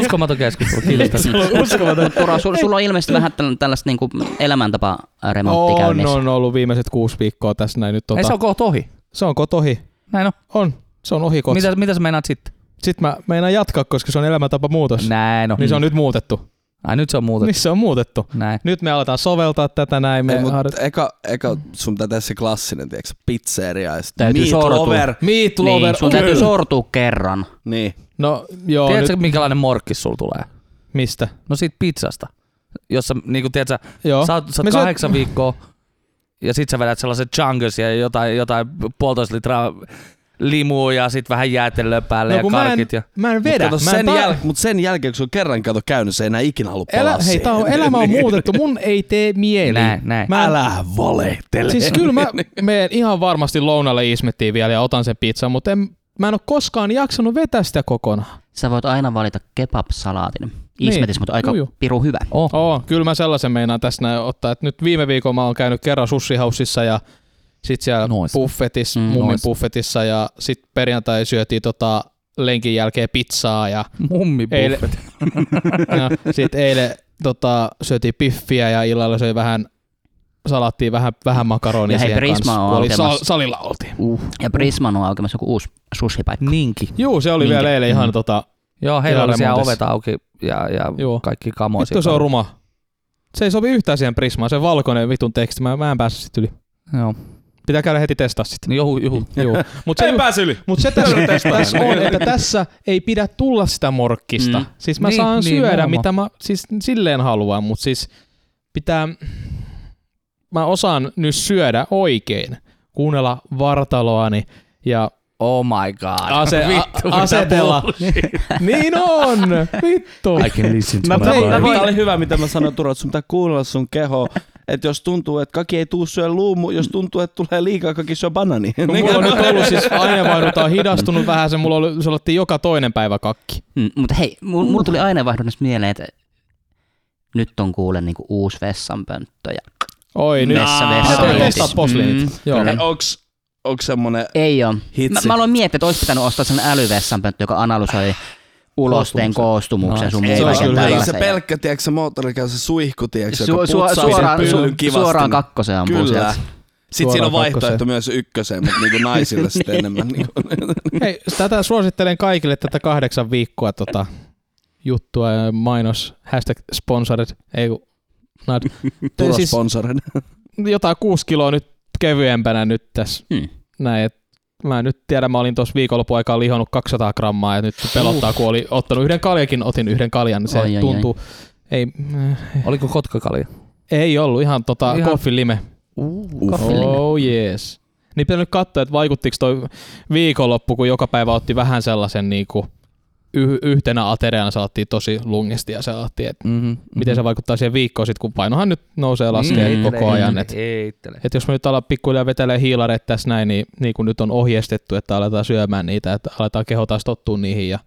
S2: Uskomaton keskustelu. Kiitos tästä.
S4: Uskomaton.
S3: Turo, sul, sulla on ilmeisesti vähän tällä- tällaista niinku elämäntapa-remonttia
S4: On,
S3: käynnissä.
S4: on ollut viimeiset kuusi viikkoa tässä näin nyt.
S2: Ei se
S4: Tota,
S2: on kohta ohi.
S4: se on kotohi.
S2: Näin on.
S4: On. Se on ohi
S2: Mitä, mitä sä meinaat sitten?
S4: Sitten mä meinaan jatkaa, koska se on elämäntapa muutos.
S2: Näin on. Mm.
S4: Niin se on nyt muutettu.
S2: Ai nyt se on muutettu.
S4: Niin se on muutettu.
S2: Näin.
S4: Nyt me aletaan soveltaa tätä näin. Me
S1: Ei, mut
S4: har...
S1: eka, eka sun pitää tehdä se klassinen, tiiäks, pizzeria ja sit
S3: Täytyy
S1: meat
S3: sortua.
S1: lover.
S4: Meat
S3: Niin,
S4: lover.
S3: sun täytyy sortua kerran.
S1: Niin.
S4: No joo,
S2: Tiedätkö,
S4: nyt
S2: minkälainen morkkis sulla tulee?
S4: mistä?
S2: No siitä pizzasta. Jossa, niinku, tiedätkö,
S4: Joo. Niin
S2: sä oot, sä
S4: Me
S2: oot
S4: syö-
S2: kahdeksan viikkoa ja sit sä vedät sellaisen chungus ja jotain, jotain puolitoista litraa limua ja sit vähän jäätelöä päälle ja
S4: No kun mä en,
S2: karkit. Ja...
S4: mä en vedä.
S1: Kato,
S4: mä en
S1: sen
S4: tar-
S1: jäl... Mut sen jälkeen, kun se on kerran kato käynyt, se ei enää ikinä halua palaa
S4: Elä, hei, tää on,
S1: siihen.
S4: elämä on muutettu. Mun ei tee mieli.
S2: Näin, näin.
S4: Mä,
S1: Älä valehtele.
S4: Siis kyllä mä
S3: Niin.
S4: menen ihan varmasti lounalle Ismettiin vielä ja otan sen pizzan, mutta en, mä en ole koskaan jaksanut vetää sitä kokonaan.
S3: Sä voit aina valita kebab-salaatin. Ismetis, mutta aika
S4: Niin. Juu, juu.
S3: piru hyvä.
S2: Oh.
S4: Oo, kyllä mä sellaisen meinaan tässä näin ottaa. Et nyt viime viikolla mä oon käynyt kerran sushihausissa ja sit siellä
S2: Nois.
S4: nois. buffetis,
S3: Mm,
S4: mm, mummin
S2: nois.
S4: buffetissa ja sit perjantai syötiin tota lenkin jälkeen pizzaa ja
S2: Mummi
S4: Eilen-
S2: buffet.
S4: ja sitten eilen tota, syötiin piffiä ja illalla söi vähän salattiin vähän, vähän makaronia
S3: Ja hei,
S4: siihen
S3: Prisma
S4: kanssa,
S3: on
S4: kun oli sal-
S3: alkemassa.
S4: salilla oltiin.
S3: Ja Prisman on aukemassa joku uusi sushipaikka.
S2: Ninki.
S4: Juu, se oli
S3: Minkä? Mm.
S4: vielä eilen ihan tota,
S2: Joo, heillä oli siellä ovet
S4: Remontissa.
S2: auki ja, ja
S4: Joo.
S2: kaikki kamoja.
S4: vittu se on ruma. Se ei sovi yhtään siihen Prismaan, se valkoinen vitun teksti, mä, mä en pääse sit yli.
S2: Joo.
S4: Pitää käydä heti testaa sit.
S2: Niin Juhu, juhu.
S4: Joo. Mut se,
S1: Ei pääse yli.
S4: mut se tässä, tässä on, että tässä ei pidä tulla sitä morkkista.
S3: Mm.
S4: Mm. Siis mä
S2: Niin,
S4: niin, saan
S2: niin,
S4: niin, syödä,
S2: nimenomaan.
S4: mitä mä siis silleen haluan, mutta siis pitää... Mä osaan nyt syödä oikein, kuunnella vartaloani ja
S2: Oh my god.
S4: ase-
S2: Vittu,
S4: a- asetella. niin on! Vittu!
S2: I can listen to
S1: Mä,
S2: my
S1: mä, mä,
S2: body.
S1: mä, oli hyvä, mitä mä sanoin Turo, että sun pitää kuunnella sun kehoa. Että jos tuntuu, että kaki ei tuu syö luumu, jos tuntuu, että tulee liikaa, kaki syö banani.
S4: Mulla on nyt ollut siis aineenvaihdunta on hidastunut vähän, se mulla oli, se otettiin joka toinen päivä kakki.
S3: Mm, mutta hei, mulla mul tuli aineenvaihdunnassa mieleen, että nyt on kuulen niinku uusi vessanpönttö ja
S4: Oi nyt.
S3: vessa,
S4: Pitää
S3: vessa.
S4: testaa posliinit. Joo.
S3: Mm-hmm. Kyllä.
S1: Niin. onks, onks semmonen
S3: Mm. Ei oo. Mä,
S1: hitsi?
S3: mä aloin miettiä, että olisi pitänyt ostaa sen älyvessanpönttö, joka analysoi ulosteen koostumuksen sun
S2: No,
S3: muun
S1: ei,
S4: se on
S1: se,
S3: kaiken
S4: kyllä
S1: ei
S4: hyvä.
S1: se
S3: tällaisen. ja-
S1: pelkkä, tiedätkö, se moottori käy se suihku, tiedätkö, se,
S3: Su-
S1: joka
S3: su-
S1: putsaa
S3: suoraan,
S1: sen pyllyn
S3: su-
S1: kivasti. niin
S3: suoraan kakkoseen ampuu
S1: Kyllä.
S3: sieltä.
S1: Sitten siinä on
S4: Suoraan
S1: vaihtoehto
S4: kakkoseen.
S1: myös ykköseen, mutta niinku naisille
S3: Niin.
S1: sitten enemmän. Niinku.
S4: Hei, tätä suosittelen kaikille tätä kahdeksan viikkoa tota, juttua ja mainos, hashtag sponsored, ei kun, no,
S1: Turo
S4: siis
S1: sponsorin.
S4: jotain kuusi kiloa nyt kevyempänä nyt tässä
S3: Hmm.
S4: näin, et Mä en nyt tiedä, mä olin tuossa viikonloppuaikaan lihonut 200 grammaa ja nyt pelottaa, kun oli ottanut yhden kaljakin, otin yhden kaljan, niin se
S3: Ai, ai,
S4: tuntuu. Ei, mm,
S2: Oliko kotkakalja?
S4: ei ollut ihan tota
S2: Ihan-
S4: koffin lime.
S3: Koffillinen.
S4: Oh yes. Niin pitää nyt katsoa, että vaikuttiko toi viikonloppu, kun joka päivä otti vähän sellaisen niinku, yh- yhtenä ateriana saatiin tosi lungesti ja saatiin, että
S2: Mm-hmm.
S4: miten se vaikuttaa siihen viikkoon sit, kun painohan nyt nousee ja laskee
S3: Mhm. Niin,
S4: koko ajan. Et,
S2: Heittele.
S4: et jos me nyt ollaan pikkuhiljaa vetelee hiilareita tässä näin, niin, niin kuin nyt on ohjeistettu, että aletaan syömään niitä, että aletaan keho taas tottua niihin ja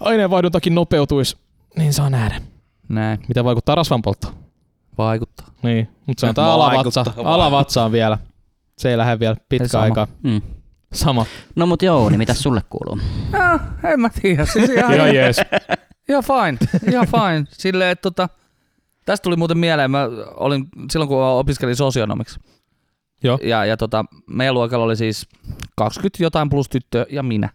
S4: aineenvaihduntakin nopeutuisi, niin saa nähdä,
S2: Näin.
S4: mitä vaikuttaa rasvanpolttoon.
S2: Vaikuttaa.
S4: Niin, mutta sanotaan
S1: Vaikuttaa
S4: alavatsa,
S1: vaan.
S4: alavatsaan vielä. Se ei lähde vielä pitkä
S2: sama.
S4: aikaa.
S3: Mm.
S4: Sama.
S3: No mut Jouni, mitä sulle kuuluu?
S2: Ah, en mä tiedä. Siis ihan, ihan,
S4: jees.
S2: ihan fine. Ihan fine. Silleen, että tota, tästä tuli muuten mieleen, mä olin silloin kun opiskelin sosionomiksi.
S4: Joo.
S2: Ja, ja tota, meidän luokalla oli siis 20 jotain plus tyttö ja minä.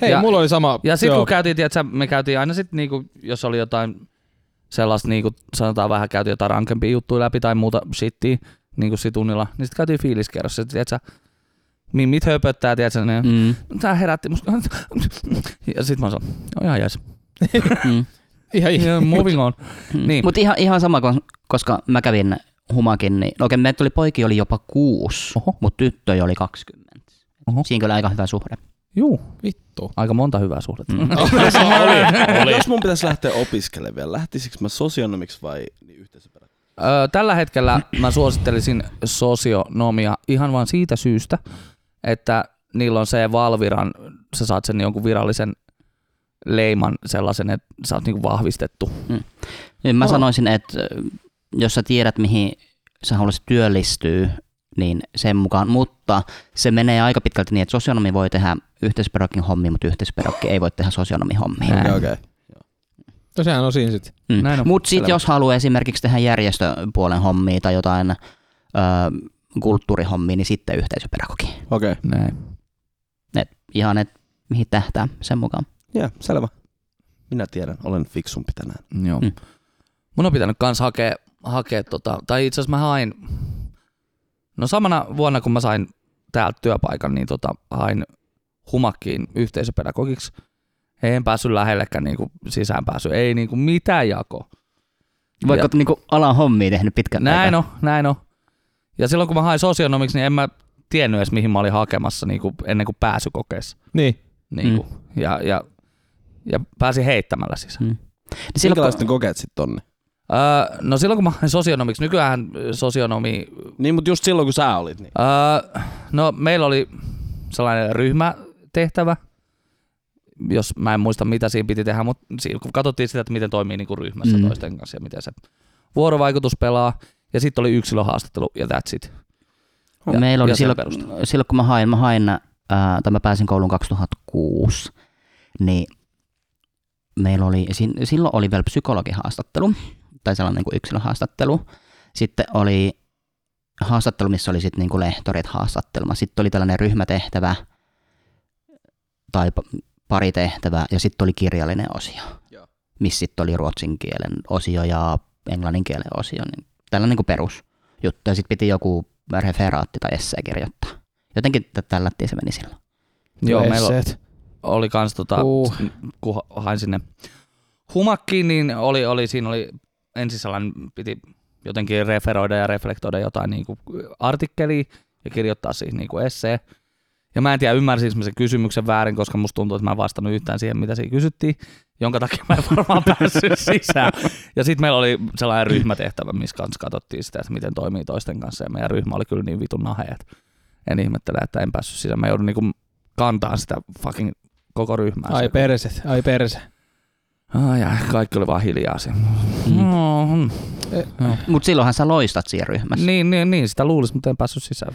S4: Hei,
S2: Ja-
S4: ja, mulla oli sama.
S2: Ja sitten
S4: joo.
S2: kun käytiin, tiedätkö, me käytiin aina sitten, niinku, jos oli jotain sellaista, niinku, sanotaan vähän käytiin jotain rankempia juttuja läpi tai muuta shittiä, niinku sit tunnilla, niin sitten käytiin fiiliskierrossa, että tiedätkö, mimmit höpöttää, tiedätkö, ne,
S3: Mm.
S2: mm. tää herätti musta. ja sit mä sanoin, no ihan jäs.
S3: Mm.
S4: Ihan, ihan.
S2: Yeah, moving on. Niin.
S3: Niin. Mutta ihan, ihan sama, kun- koska mä kävin humakin, niin no okei, meitä oli poiki oli jopa kuusi,
S2: Oho.
S3: mutta tyttöjä oli 20.
S2: Oho.
S3: Siinä kyllä aika hyvä suhde.
S2: Juu,
S4: Vittu.
S2: aika monta hyvää suhdetta.
S3: Mm.
S1: Jos, oli,
S4: Oli.
S1: jos mun pitäisi lähteä opiskelemaan vielä, lähtisikö mä sosionomiksi vai niin yhteisöpedagogiksi?
S2: Öö, tällä hetkellä mä suosittelisin sosionomia ihan vain siitä syystä, että niillä on se Valviran, sä saat sen jonkun virallisen leiman sellaisen, että sä oot niinku vahvistettu.
S3: Niin mä sanoisin, että ö, jos sä tiedät, mihin sä haluaisit työllistyä, niin sen mukaan, mutta se menee aika pitkälti niin, että sosionomi voi tehdä yhteispedagogin hommia, mutta yhteispedagogki ei voi tehdä sosionomin hommia.
S2: Näin.
S1: Okei.
S4: No sehän on siinä sitten.
S2: Näin on.
S3: Mutta sitten
S1: Selvä.
S3: jos haluaa esimerkiksi tehdä järjestöpuolen hommia tai jotain ö, kulttuurihommia, niin sitten yhteisöpedagogi.
S1: Okei.
S2: Näin.
S3: Ihan, että mihin tähtää sen mukaan.
S1: Joo, selvä. Minä tiedän, olen fiksumpi tänään.
S2: Joo.
S3: Mm.
S2: Mm. Mun on pitänyt kans hakea, hakea tota, tai itse asiassa mä hain, no samana vuonna kun mä sain täältä työpaikan, niin tota, hain humakkiin yhteisöpedagogiksi. Ei en päässyt lähellekään niin sisäänpääsy, ei niin kuin mitään jako.
S3: Vaikka
S2: Ja-
S3: oot niinku alan hommia tehnyt pitkän
S2: Näin
S3: aikaa.
S2: on, näin on. Ja silloin kun mä hain sosionomiksi, niin en mä tiennyt edes mihin mä olin hakemassa niin kuin ennen kuin pääsykokeessa.
S4: Niin.
S2: Niin kuin, ja, ja, ja pääsin heittämällä siis. sisään.
S3: Mm. Niin silloin, kun-
S1: Minkälaiset ne kokeet sitten tonne?
S2: Öö, no silloin kun mä hain sosionomiksi, nykyään sosionomi
S1: Niin, mutta just silloin kun sä olit. Niin.
S2: Öö, no meillä oli sellainen ryhmätehtävä, jos mä en muista mitä siinä piti tehdä, mutta siinä, kun katsottiin sitä, että miten toimii niin kuin ryhmässä
S3: Mm.
S2: mm. toisten kanssa ja miten se vuorovaikutus pelaa. Ja sitten oli yksilöhaastattelu ja that's it.
S3: Ja, Meillä oli
S2: ja sen
S3: silloin,
S2: perusteella.
S3: silloin, kun mä hain, mä hain, ää, tai mä pääsin kouluun 2006, niin meillä oli, sin- silloin oli vielä psykologihaastattelu, tai sellainen niin kuin yksilöhaastattelu. Sitten oli haastattelu, missä oli sitten niin kuin lehtorit haastattelma. Sitten oli tällainen ryhmätehtävä tai p- pari tehtävää ja sitten oli kirjallinen osio,
S1: Joo.
S3: missä sitten oli ruotsin kielen osio ja englannin kielen osio. Niin tällainen niin kuin perusjuttu. Ja sitten piti joku referaatti tai essee kirjoittaa. Jotenkin tä- tällä tii se meni silloin.
S2: Joo, meillä oli-
S4: Esseet.
S2: oli kans tota,
S4: Uh.
S2: kun ha- hain sinne humakkiin, niin oli, oli, siinä oli ensin sellainen, piti jotenkin referoida ja reflektoida jotain niin kuin artikkelia ja kirjoittaa siihen niin kuin essee. Ja mä en tiedä, ymmärsinkö mä sen kysymyksen väärin, koska musta tuntuu, että mä en vastannut yhtään siihen, mitä siinä kysyttiin, jonka takia mä en varmaan päässyt sisään. Ja sitten meillä oli sellainen ryhmätehtävä, missä kanssa katsottiin sitä, että miten toimii toisten kanssa, ja meidän ryhmä oli kyllä niin vitun nahe, että en ihmettele, että en päässyt sisään. Mä joudun niinku kantaa sitä fucking koko ryhmää.
S4: Ai
S2: siellä.
S4: perset, ai perse.
S2: Ai, ai, kaikki oli vaan hiljaa siinä. No, mm.
S3: Mutta silloinhan sä loistat siinä ryhmässä.
S2: niin, niin, niin, sitä luulisi, mutta en päässyt sisään.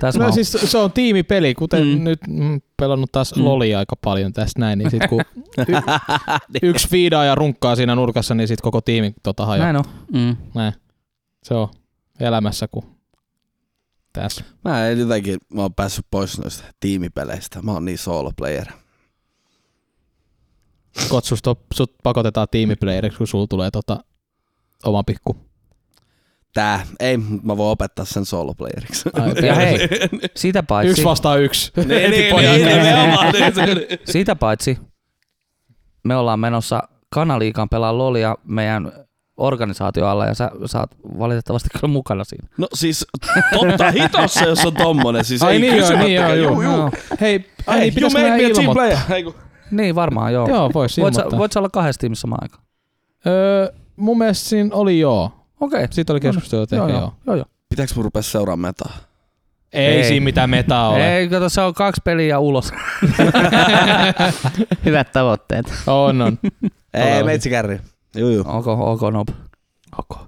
S2: Tässä mä
S4: No
S2: oon.
S4: siis se on tiimipeli, kuten
S3: Mm.
S4: mm. nyt mm, pelannut taas
S3: Mm.
S4: mm. lolia aika paljon tässä näin, niin sit kun y- yksi fiidaa ja runkkaa siinä nurkassa, niin sit koko tiimi tota hajoaa.
S2: Näin on.
S3: Mm.
S4: Näin. Se on elämässä kuin tässä.
S1: Mä en jotenkin, mä oon päässyt pois noista tiimipeleistä. Mä oon niin solo player.
S4: Kotsu, stop, sut pakotetaan tiimiplayeriksi, kun sulla tulee tota oma pikku.
S1: Tää, ei, mut mä voin opettaa sen solo playeriksi.
S4: Ai,
S2: Ja
S4: perse.
S2: hei, sitä paitsi,
S4: yksi vastaan yksi.
S1: niin, niin, niin,
S2: pojat.
S1: niin, nimenomaan, niin, se oli.
S2: sitä paitsi, me ollaan menossa kanaliikaan pelaa lolia meidän organisaatio alla ja sä, sä oot valitettavasti kyllä mukana siinä.
S1: No siis totta hitossa, jos on tommonen. Siis
S4: Ai
S1: ei
S4: niin joo, niin joo,
S1: kysymättäkään.
S4: joo.
S1: Juu, juu.
S4: joo. Hei, ai,
S1: Ei,
S4: niin,
S1: you
S4: pitäisikö
S1: made
S4: meidän
S1: me a team
S4: ilmoittaa?
S1: player. Ei, kun-
S2: Niin varmaan joo.
S4: Joo, voisi
S2: voit, sä,
S4: ilmoittaa.
S2: voit sä olla kahdessa tiimissä samaan aikaan?
S4: Öö, mun mielestä siinä oli joo.
S2: Okei.
S4: Siitä
S1: No,
S4: oli keskustelua, että
S2: Joo,
S4: ehkä
S2: joo,
S4: joo.
S2: joo, joo.
S1: Pitääkö mun rupea seuraa metaa?
S4: Ei,
S2: Ei.
S4: siinä mitään metaa ole.
S2: Ei, kato, se on kaksi peliä ulos.
S3: Hyvät tavoitteet.
S4: On, on.
S1: Ei,
S4: Todellakin.
S1: meitsi kärri. Juu, juu.
S2: ok, ok, no.
S4: Okay.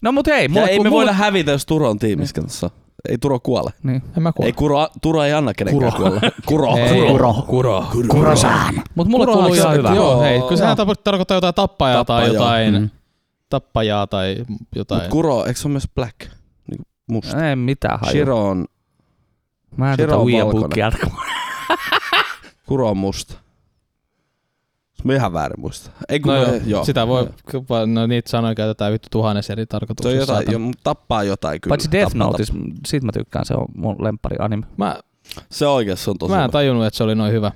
S2: No mut hei, mulle,
S1: Ja ei
S2: kun-
S1: me
S2: mulle-
S1: voida hävitä, jos Turo on tiimissä kanssa. Ei Turo kuole.
S2: Niin.
S4: En mä
S1: Ei
S4: kuule.
S1: Kuro, Turo ei anna kenenkään kuolla. Kuro.
S4: Ei.
S3: Kuro.
S1: Kuro. Kuro.
S2: Mut mulle
S4: Kurohan
S2: kuuluu
S4: se-
S2: ihan hyvä.
S4: Joo, hei,
S1: Joo.
S4: kun sehän tarko- tarkoittaa jotain tappajaa tai
S1: Tappajaa.
S4: jotain.
S3: Mm.
S4: Tappajaa tai jotain.
S1: Mut Kuro, eikö se ole myös black? Niinku musta.
S2: Ei mitään hajua.
S1: Shiro on,
S2: Mä en
S1: Shiro
S2: tätä
S1: on
S2: Weeabookia
S1: valkoinen.
S2: jatka.
S1: Kuro on musta. Jos Mä ihan väärin muista. Ei kun,
S4: no joo,
S1: joo.
S4: sitä voi, no niitä sanoja käytetään vittu tuhannessa eri
S1: Se on
S4: tarkoituksessa.
S1: jotain, jo,
S4: saatana.
S1: mut tappaa jotain kyllä.
S2: Paitsi Death
S1: Tappaa,
S2: Note, siitä mä tykkään, se on mun lemppari anime.
S4: Mä,
S1: tappaa. Se oikeassa se on tosi
S4: mä
S1: hyvä.
S4: en tajunnut, että se oli noin hyvä.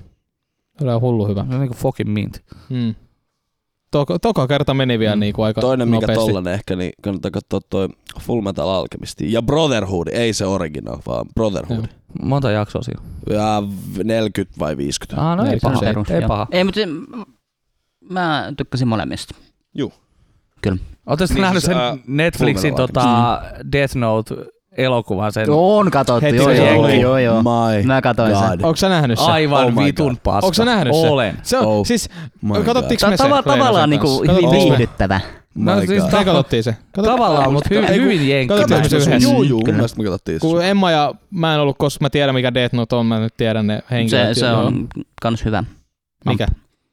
S4: Se oli hullu hyvä.
S2: Se on niinku fucking mint.
S4: Mm. toka, toka kerta meni vielä mm. niin kuin aika
S1: Toinen, mikä
S4: nopeasti.
S1: tollanen ehkä, niin kannattaa katsoa toi Full Metal Alchemist. Ja Brotherhood, ei se original, vaan Brotherhood.
S2: Monta jaksoa siinä?
S1: Ja 40 vai 50.
S2: Ah, no ei
S4: Neljäkymmentä
S2: paha.
S4: se
S3: Perus,
S2: Ei
S3: joo.
S2: paha.
S3: Ei, mutta se, mä tykkäsin molemmista.
S1: Juu.
S3: Kyllä.
S2: Oletko
S1: Niin,
S2: niin, nähnyt
S1: siis,
S2: sen
S1: ää,
S2: Netflixin
S1: Full Metal
S2: tota Death Note-elokuvan? Sen
S3: On katsottu,
S4: Heti
S3: joo
S4: kun se
S3: joo,
S4: tuli.
S3: joo joo.
S1: My
S3: Mä katoin sen.
S1: God.
S4: Onko sä nähnyt sen?
S2: aivan
S1: Oh my
S2: vitun
S1: God.
S2: paska.
S4: Onko sä nähnyt sen?
S2: Olen.
S4: Se on,
S1: Oh.
S4: oh. siis,
S1: My
S4: katsottiinko
S3: Tämä
S4: me
S3: on
S4: sen?
S3: tava,
S4: Reinosen
S3: tavallaan
S4: kanssa?
S3: niinku hyvin
S4: Katsottiinko me?
S3: viihdyttävä.
S2: No
S1: My
S2: siis
S1: God.
S4: Me katsottiin se.
S2: Tavallaan, mutta hy-
S1: Ei, kun-
S2: hyvin
S4: Katsottiin
S2: jenkkimäinen.
S4: me se yhdessä.
S1: Juu, juu, mun
S3: Kyllä.
S1: mielestä me katsottiin se.
S4: Kun Emma ja mä en ollut, koska mä tiedän mikä Death Note on, mä nyt tiedän ne
S3: Se,
S4: henkilöt.
S3: se on kans hyvä.
S4: Mikä?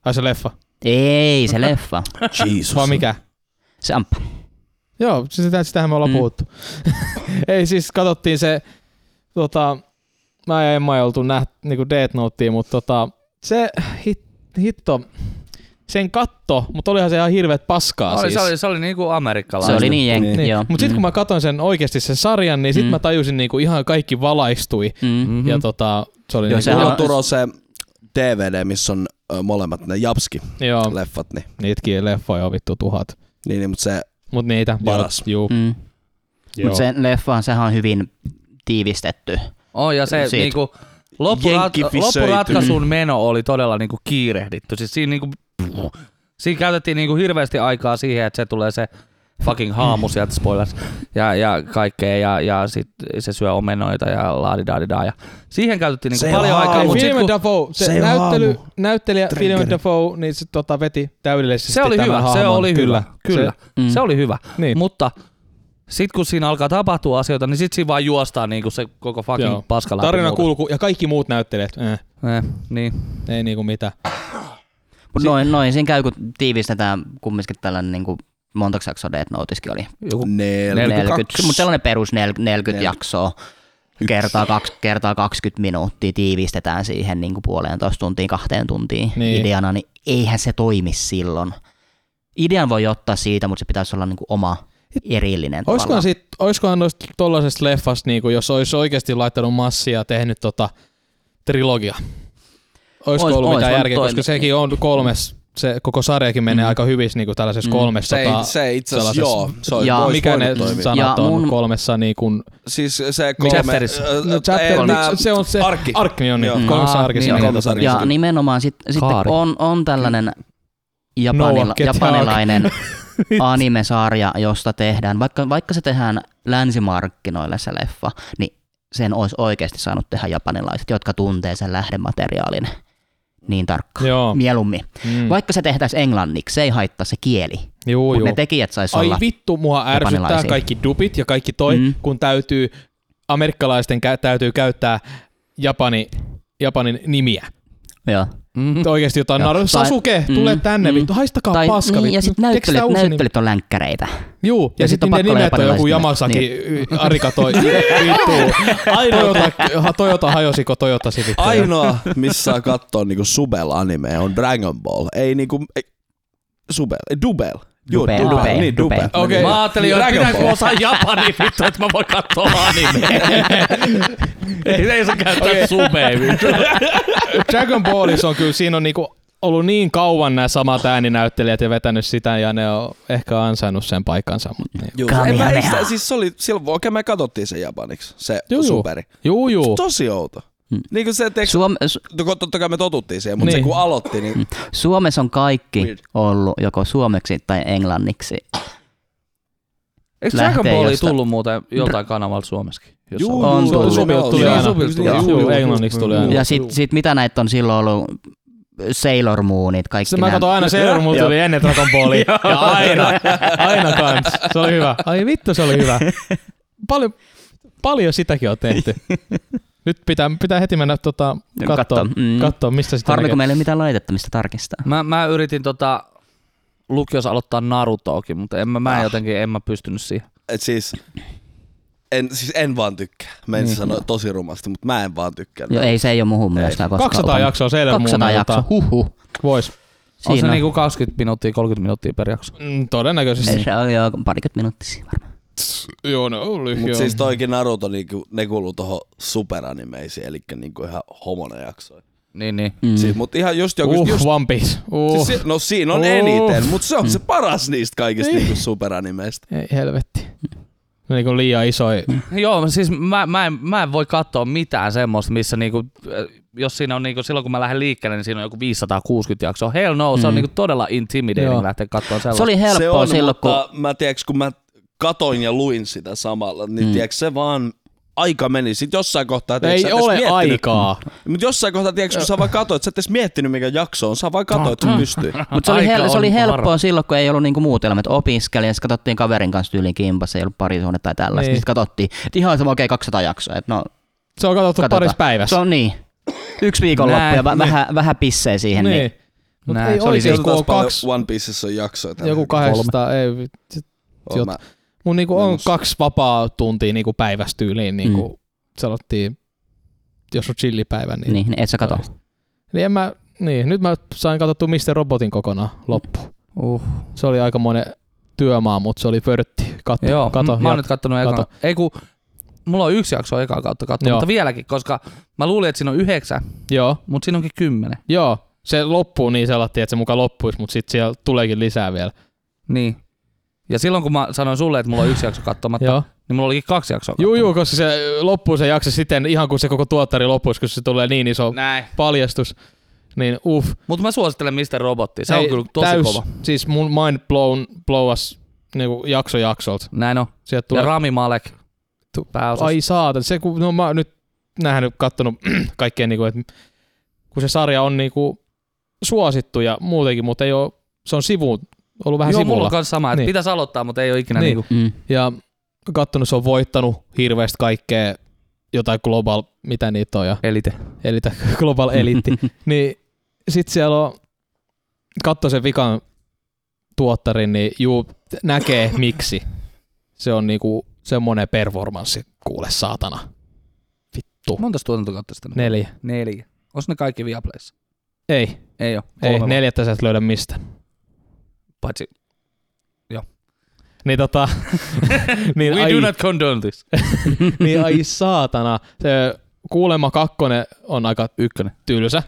S4: Ai se leffa.
S3: Ei, se leffa.
S1: Jeesus.
S4: Vai mikä?
S3: Se amppa.
S4: Joo, siis sitä, sitähän me ollaan
S3: Mm.
S4: mm. puhuttu. Ei siis, katsottiin se, tota, mä ja Emma ei oltu nähty niinku Death Notea, mutta tota, se hit, hitto, sen katto, mutta olihan se ihan hirveet paskaa
S2: Oli,
S4: siis.
S2: se, oli, se oli niinku
S3: Se
S2: amerikkalainen.
S3: oli niin jenki,
S1: Niin.
S3: niin. joo.
S4: Mutta sitten kun mä katsoin sen oikeasti sen sarjan, niin sitten
S3: Mm.
S4: mä tajusin niinku ihan kaikki valaistui.
S3: Mm.
S4: Mm-hmm. Ja tota, se oli
S3: Joo,
S4: joo,
S3: sehän
S4: niinku,
S1: Mulla
S3: on-
S1: on Turo se DVD, missä on ö, molemmat ne
S4: joo,
S1: Japski-leffat, niin,
S4: niitäkin leffoja on vittu tuhat.
S1: niin, niin mutta se
S4: Mut niitä.
S1: Paras.
S4: Joo, juu,
S3: Mm.
S4: joo.
S3: Mutta sen leffahan sehän on hyvin tiivistetty.
S2: On, ja se
S3: Siitä.
S2: niinku, loppurat,
S1: Jenkkifisöity.
S2: loppuratkaisun meno oli todella niinku kiirehditty. Siis siinä, niinku, siinä käytettiin niinku hirveästi aikaa siihen, että se tulee se fucking haamu sieltä spoilers ja, ja kaikkea ja, ja sit se syö omenoita ja laadidaadidaa. Ja siihen käytettiin niinku
S1: Se
S2: paljon
S1: haamu.
S2: aikaa, mutta sit
S4: Willem
S2: kun
S4: Dafoe, se,
S1: se
S4: se
S1: ei ole
S4: näyttely,
S1: haamu.
S4: näyttelijä
S1: Triggeri.
S4: Willem Dafoe, niin se tota, veti täydellisesti
S2: se oli
S4: tämän
S2: hyvä,
S4: hahmon.
S2: se oli
S4: kyllä.
S2: hyvä, kyllä,
S3: Se- mm.
S2: se oli hyvä.
S4: Niin.
S2: Mutta sitten kun siinä alkaa tapahtua asioita, niin sitten siinä vaan juostaan niinku se koko fucking
S4: Joo.
S2: paska läpi
S4: Tarina
S2: muuten.
S4: kulku ja kaikki muut näyttelijät, eh,
S2: Eh, niin.
S4: ei niinku mitään.
S3: Mut noin, noin siinä käy, kun tiivistetään kumminkin tällainen niin kuin montaksi jaksoa Death Notiskin oli.
S2: Joku
S1: 40
S3: 42. Mutta sellainen perus nel- 40 Nel- jaksoa kertaa, kaks, kertaa 20 minuuttia tiivistetään siihen niin kuin puoleentoista tuntiin, kahteen tuntiin niin.
S4: Niin.
S3: ideana, niin eihän se toimi silloin. Idean voi ottaa siitä, mutta se pitäisi olla niin kuin oma erillinen
S4: Oiskohan,
S3: tavallaan.
S4: sit, oiskohan noista tollasesta leffasta, niinku, jos olisi oikeasti laittanut massia ja tehnyt tota, trilogia? Oisko
S3: Ois-
S4: ois, ollut
S3: ois
S4: mitään
S3: voinut
S4: järkeä, koska
S3: toimia.
S4: sekin on kolmes, se koko sarjakin menee
S3: Mm.
S4: aika hyvissä niinku, tällaisessa
S3: Mm.
S4: mm. kolmessa.
S1: Se,
S4: tota,
S1: ei- se itse asiassa,
S4: sellaisessa-
S1: joo, se on,
S3: Jaa,
S1: vois
S4: mikä ne
S1: voinut toimia.
S3: Ja
S4: sanat on
S3: mun-
S4: kolmessa niinku,
S1: Siis se
S2: Mikä
S1: kolme...
S2: chapterissa?
S1: Ö,
S4: no,
S1: ö,
S4: chapter,
S1: ei, nää-
S4: se on se
S1: arkki.
S4: arkki on niin,
S1: Joo.
S4: kolmessa
S2: Aa,
S4: arkissa.
S2: niin,
S4: on.
S1: kolmessa arkissa.
S3: Ja nimenomaan sit, sitten
S2: Kaari.
S3: on, on tällainen
S4: No,
S3: japanila,
S4: get
S3: japanilainen anime-sarja, josta tehdään, vaikka, vaikka se tehdään länsimarkkinoille se leffa, niin sen olisi oikeasti saanut tehdä japanilaiset, jotka tuntee sen lähdemateriaalin niin tarkkaan.
S4: Joo.
S3: Mieluummin.
S4: Mm.
S3: Vaikka se tehtäisiin englanniksi, se ei haittaa se kieli.
S4: Juu,
S3: Mutta
S4: juu.
S3: ne tekijät saisi
S4: Ai
S3: olla.
S4: vittu, mua ärsyttää
S3: japanilaisia.
S4: kaikki dupit ja kaikki toi,
S3: Mm.
S4: mm. kun täytyy, amerikkalaisten kä- täytyy käyttää japani, japanin nimiä.
S3: Joo.
S2: Mm.
S4: Oikeasti jotain
S3: Joo.
S4: naru.
S3: Tai-
S4: Sasuke,
S3: mm,
S4: tule tänne
S3: mm.
S4: vittu, haistakaa
S3: Tai,
S4: paska
S3: niin,
S4: vittu.
S3: ja sitten
S4: Keksitään
S3: näyttelijät,
S4: uusi nimi.
S3: näyttelijät on länkkäreitä.
S4: Juu, ja,
S3: ja
S4: ja
S3: sit on
S4: sitten
S3: pakko olla
S4: niiden nimet on joku
S3: japanilaiset
S4: Yamasaki, niin. Arika toi, vittu. Toyota, Toyota hajosiko Toyotasi vittu.
S1: Ainoa, missä saa katsoa niinku Subel anime on Dragon Ball. Ei niinku... Ei, Subel. Ei, Dubel. Joo,
S3: Dubel,
S1: Dubel.
S3: Dubel,
S1: Niin,
S3: Dubel.
S1: Dubel.
S4: Okei.
S2: Mä ajattelin, että
S1: Dragon
S2: pitääkö
S1: Ball.
S2: osaa japani vittu, että mä voin katsoa animea. ei, ei se käyttää okay.
S4: Okei.
S2: subea vittu.
S4: Dragon Ballissa on kyllä, siinä on niinku ollut niin kauan nämä samat ääninäyttelijät ja vetänyt sitä ja ne on ehkä ansainnut sen paikkansa. Mutta niin.
S1: Juu.
S3: Kamehameha.
S1: En mä- ei sitä- Siis se oli... Silloin, okei, me katsottiin se japaniksi. Se
S4: Juu, juu.
S1: Superi.
S4: Juu, juu.
S1: Tosi outo. Niinku se teks...
S3: Suom- Hmm. su- Hmm.
S1: Totta kai me totuttiin siihen, mutta se
S4: Niin.
S1: kun aloitti, niin
S3: Suomessa on kaikki
S1: Weird.
S3: ollut joko suomeksi tai englanniksi.
S2: Eikö
S3: Lähtee
S2: Dragon Balli
S3: jostain.
S2: tullut muuten joltain kanavalta Suomessakin?
S1: Juu,
S3: On
S1: juu,
S3: tullut.
S1: Suomi
S4: Niin, Tuli
S1: Joo,
S4: aina.
S1: Suomi tuli.
S3: Joo.
S1: Juu,
S4: Juu,
S1: juu.
S4: englanniksi tuli
S1: Juu.
S4: aina.
S3: Ja sitten sit mitä näitä on silloin ollut? Sailor Moonit, kaikki
S4: Sitten mä katson aina Sailor Moon tuli ennen Dragon Ballia. ja aina, aina kans. Se oli hyvä. Ai vittu, se oli hyvä. Paljon, paljon sitäkin on tehty. Nyt pitää, pitää heti mennä tota,
S3: Joo,
S4: katsoa,
S3: kattoo, mm.
S4: katsoa, mistä sitä
S3: Harmi, kun
S4: näkee.
S3: meillä ei ole mitään laitetta, mistä tarkistaa.
S2: Mä, mä yritin tota lukiossa aloittaa Narutoakin, mutta en mä,
S3: Ah.
S2: mä jotenkin en mä pystynyt siihen.
S1: Et siis, en, siis en vaan tykkää. Mä en niin. sano tosi rumasti, mutta mä en vaan tykkää.
S3: Joo, ei se ei ole muhun mielestä koskaan.
S4: 200
S3: upannut.
S4: jaksoa Sailor Moon.
S3: 200 jaksoa, huhhuh.
S4: Vois.
S2: On se
S3: Siinä on.
S2: niinku 20 minuuttia, 30 minuuttia per jakso.
S4: Mm, todennäköisesti.
S3: Se on jo parikymmentä minuuttia varmaan.
S4: Joo, no oli
S1: Mut siis toikin Naruto, niinku, ne kuuluu tohon superanimeisiin, eli niinku ihan homona jaksoja.
S2: Niin, niin.
S3: Mm.
S1: Siis, mut ihan just joku...
S4: Uh,
S1: just,
S4: One Piece. Uh.
S1: siis, se- no siinä on
S4: Uh. Niin.
S1: eniten, mutta se
S3: Mm.
S1: on se paras niistä kaikista niinku superanimeista.
S4: Ei helvetti. No niin kuin liian isoja.
S3: Mm.
S2: Joo, siis mä, mä, en, mä en voi katsoa mitään semmoista, missä niinku, äh, jos siinä on niinku, silloin kun mä lähden liikkeelle, niin siinä on joku 560 jaksoa. Hell no, mm. se on
S3: Mm.
S2: niinku todella intimidating
S4: Joo.
S2: Joo. lähteä katsomaan sellaista.
S3: Se oli
S1: se
S3: helppoa
S1: on,
S3: silloin, kun...
S1: mutta mä tiedäks, kun mä katoin ja luin sitä samalla, niin mm.
S3: Mm.
S1: tiedäks, se vaan aika meni. Sitten jossain kohtaa... tiedäks, sä
S4: Ei
S1: et edes
S4: ole
S1: miettinyt-
S4: aikaa.
S1: Mutta jossain kohtaa, tiedätkö, kun sä vaan katsoit, sä et edes miettinyt, mikä jakso on, sä vaan katsoit, että pystyy.
S3: Mutta se, oli
S2: Aika
S3: hel- se
S2: on
S3: oli helppoa
S2: varma.
S3: silloin, kun ei ollut niinku muut elämät. Opiskeli ja sitten katsottiin kaverin kanssa tyyliin kimpassa, ei ollut parisuhde tai tällaista.
S4: Niin.
S3: Niin. Sitten katsottiin, että ihan sama, okei, okay, 200 jaksoa. Et no,
S4: Se on katsottu
S3: Katsotaan.
S4: parissa päivässä.
S3: se on niin. Yksi viikonloppu
S2: Näin,
S3: ja vä- vähän, vähän pissee siihen. Niin.
S4: niin.
S3: niin.
S4: Mut
S2: Näin,
S4: ei
S2: se
S4: se
S2: oli
S4: oli
S1: Katsotaan,
S4: joku
S1: siis paljon
S4: kaksi,
S1: One Piece on jaksoja. tällä
S4: joku
S1: hetkellä.
S4: 800, ei vitsi.
S1: Oon mä-
S4: Mun niinku on
S1: Menossa.
S4: kaksi vapaa tuntia niinku päivästä tyyliin, niinku sanottiin, jos on chillipäivä, niin,
S3: niin, et sä kato.
S4: niin en mä, niin, nyt mä sain katsottua Mr. Robotin kokonaan loppu.
S2: Uh.
S4: Se oli aikamoinen työmaa, mutta se oli pörtti. Katso,
S2: Joo,
S4: kato,
S2: m- mä
S4: jat-
S2: oon nyt kattonut ekaa.
S4: kato.
S2: Ei kun, mulla on yksi jakso ekaa kautta katsoa,
S4: Joo.
S2: mutta vieläkin, koska mä luulin, että siinä on yhdeksän,
S4: Joo,
S2: mutta siinä onkin kymmenen.
S4: joo. Se loppuu niin sellainen, että se muka loppuisi, mutta sitten siellä tuleekin lisää vielä.
S2: Niin. Ja silloin kun mä sanoin sulle, että mulla on yksi jakso katsomatta,
S4: Joo.
S2: niin mulla olikin kaksi jaksoa
S4: Juu,
S2: katsomatta.
S4: juu, koska se loppuu se jakso sitten ihan kun se koko tuottari loppuisi, kun se tulee niin iso
S2: Näin.
S4: paljastus. Niin uff.
S2: Mutta mä suosittelen Mr. Robottia, se on
S4: Ei,
S2: kyllä tosi
S4: täys,
S2: kova.
S4: Siis mun mind blown, blowas niinku jakso jaksolta.
S2: Näin on.
S4: Sieltä
S2: Tulee.
S4: tulee,
S2: Ja Rami Malek
S4: Tu-
S2: pääosassa.
S4: ai saatan, se kun, no mä oon nyt nähnyt, kattonut kaikkea niinku, että kun se sarja on niinku suosittu ja muutenkin, mutta ei oo, se on sivu, ollut vähän
S2: Joo, mulla
S4: sivulla.
S2: on kanssa sama, että niin.
S4: Niin.
S2: pitäisi aloittaa, mutta ei ole ikinä niin.
S4: Niin.
S2: niinku.
S3: Mm.
S4: Ja kattonut, se on voittanut hirveästi kaikkea, jotain global, mitä niitä on, ja
S2: elite.
S4: elitä, global eliitti. niin sit siellä on, katso sen vikan tuottarin, niin juu, näkee miksi. Se on niinku semmonen performanssi, kuule saatana. Vittu.
S2: Monta tuotantokautta sitä ne.
S4: Neljä.
S2: Neljä. Onks ne kaikki Viaplayssa?
S4: Ei,
S2: Ei oo.
S4: ei,
S2: Kolme vaan.
S4: neljättä sä et löydä mistä.
S2: Paitsi,
S4: Niin tota, niin,
S2: we
S4: ai,
S2: do not condone this.
S4: niin ai saatana. Se kuulemma kakkonen on aika
S2: Ykkönen.
S4: tylsä.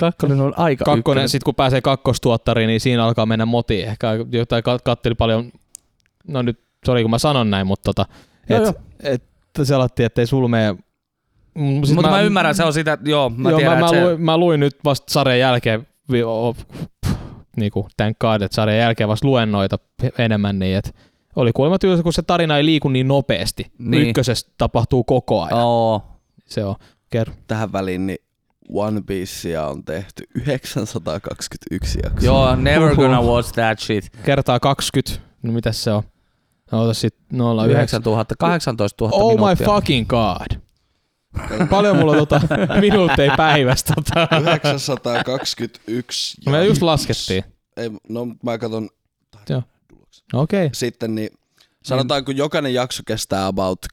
S2: Kakkonen on aika
S4: Kakkonen, sit kun pääsee kakkostuottariin, niin siinä alkaa mennä moti. Ehkä jotain kat- katteli paljon, no nyt, sori kun mä sanon näin, mutta tota,
S2: Joo,
S4: et,
S2: joo.
S4: et, se alatti, ettei sulmee. Mm, sit
S2: Mutta mä, ymmärrän, se on sitä, että joo, mä
S4: joo,
S2: tiedän,
S4: mä,
S2: että
S4: mä,
S2: se...
S4: luin, mä luin nyt vasta sarjan jälkeen, vi, oh, niinku, thank god, että sarjan jälkeen vasta luen noita enemmän, niin et, oli kuulemma tylsä, kun se tarina ei liiku niin nopeasti.
S2: Niin.
S4: Niin. Ykkösessä tapahtuu koko ajan. Oh.
S2: Oo.
S4: Se on. Kerro.
S1: Tähän väliin niin One Piecea on tehty 921 jaksoa.
S2: Joo, never
S4: Huhhuh.
S2: gonna watch that shit.
S4: Kertaa 20, no mitäs se on? No, ota sit 09.
S2: 9000, 18 000
S4: Oh
S2: minuuttia.
S4: my fucking god. Paljon mulla tota minuutteja päivästä. Tota.
S1: 921
S4: Me just
S1: jaksoa.
S4: laskettiin.
S1: Ei, no mä katson
S4: No Okei. Okay.
S1: sitten, niin sanotaan, kun jokainen jakso kestää about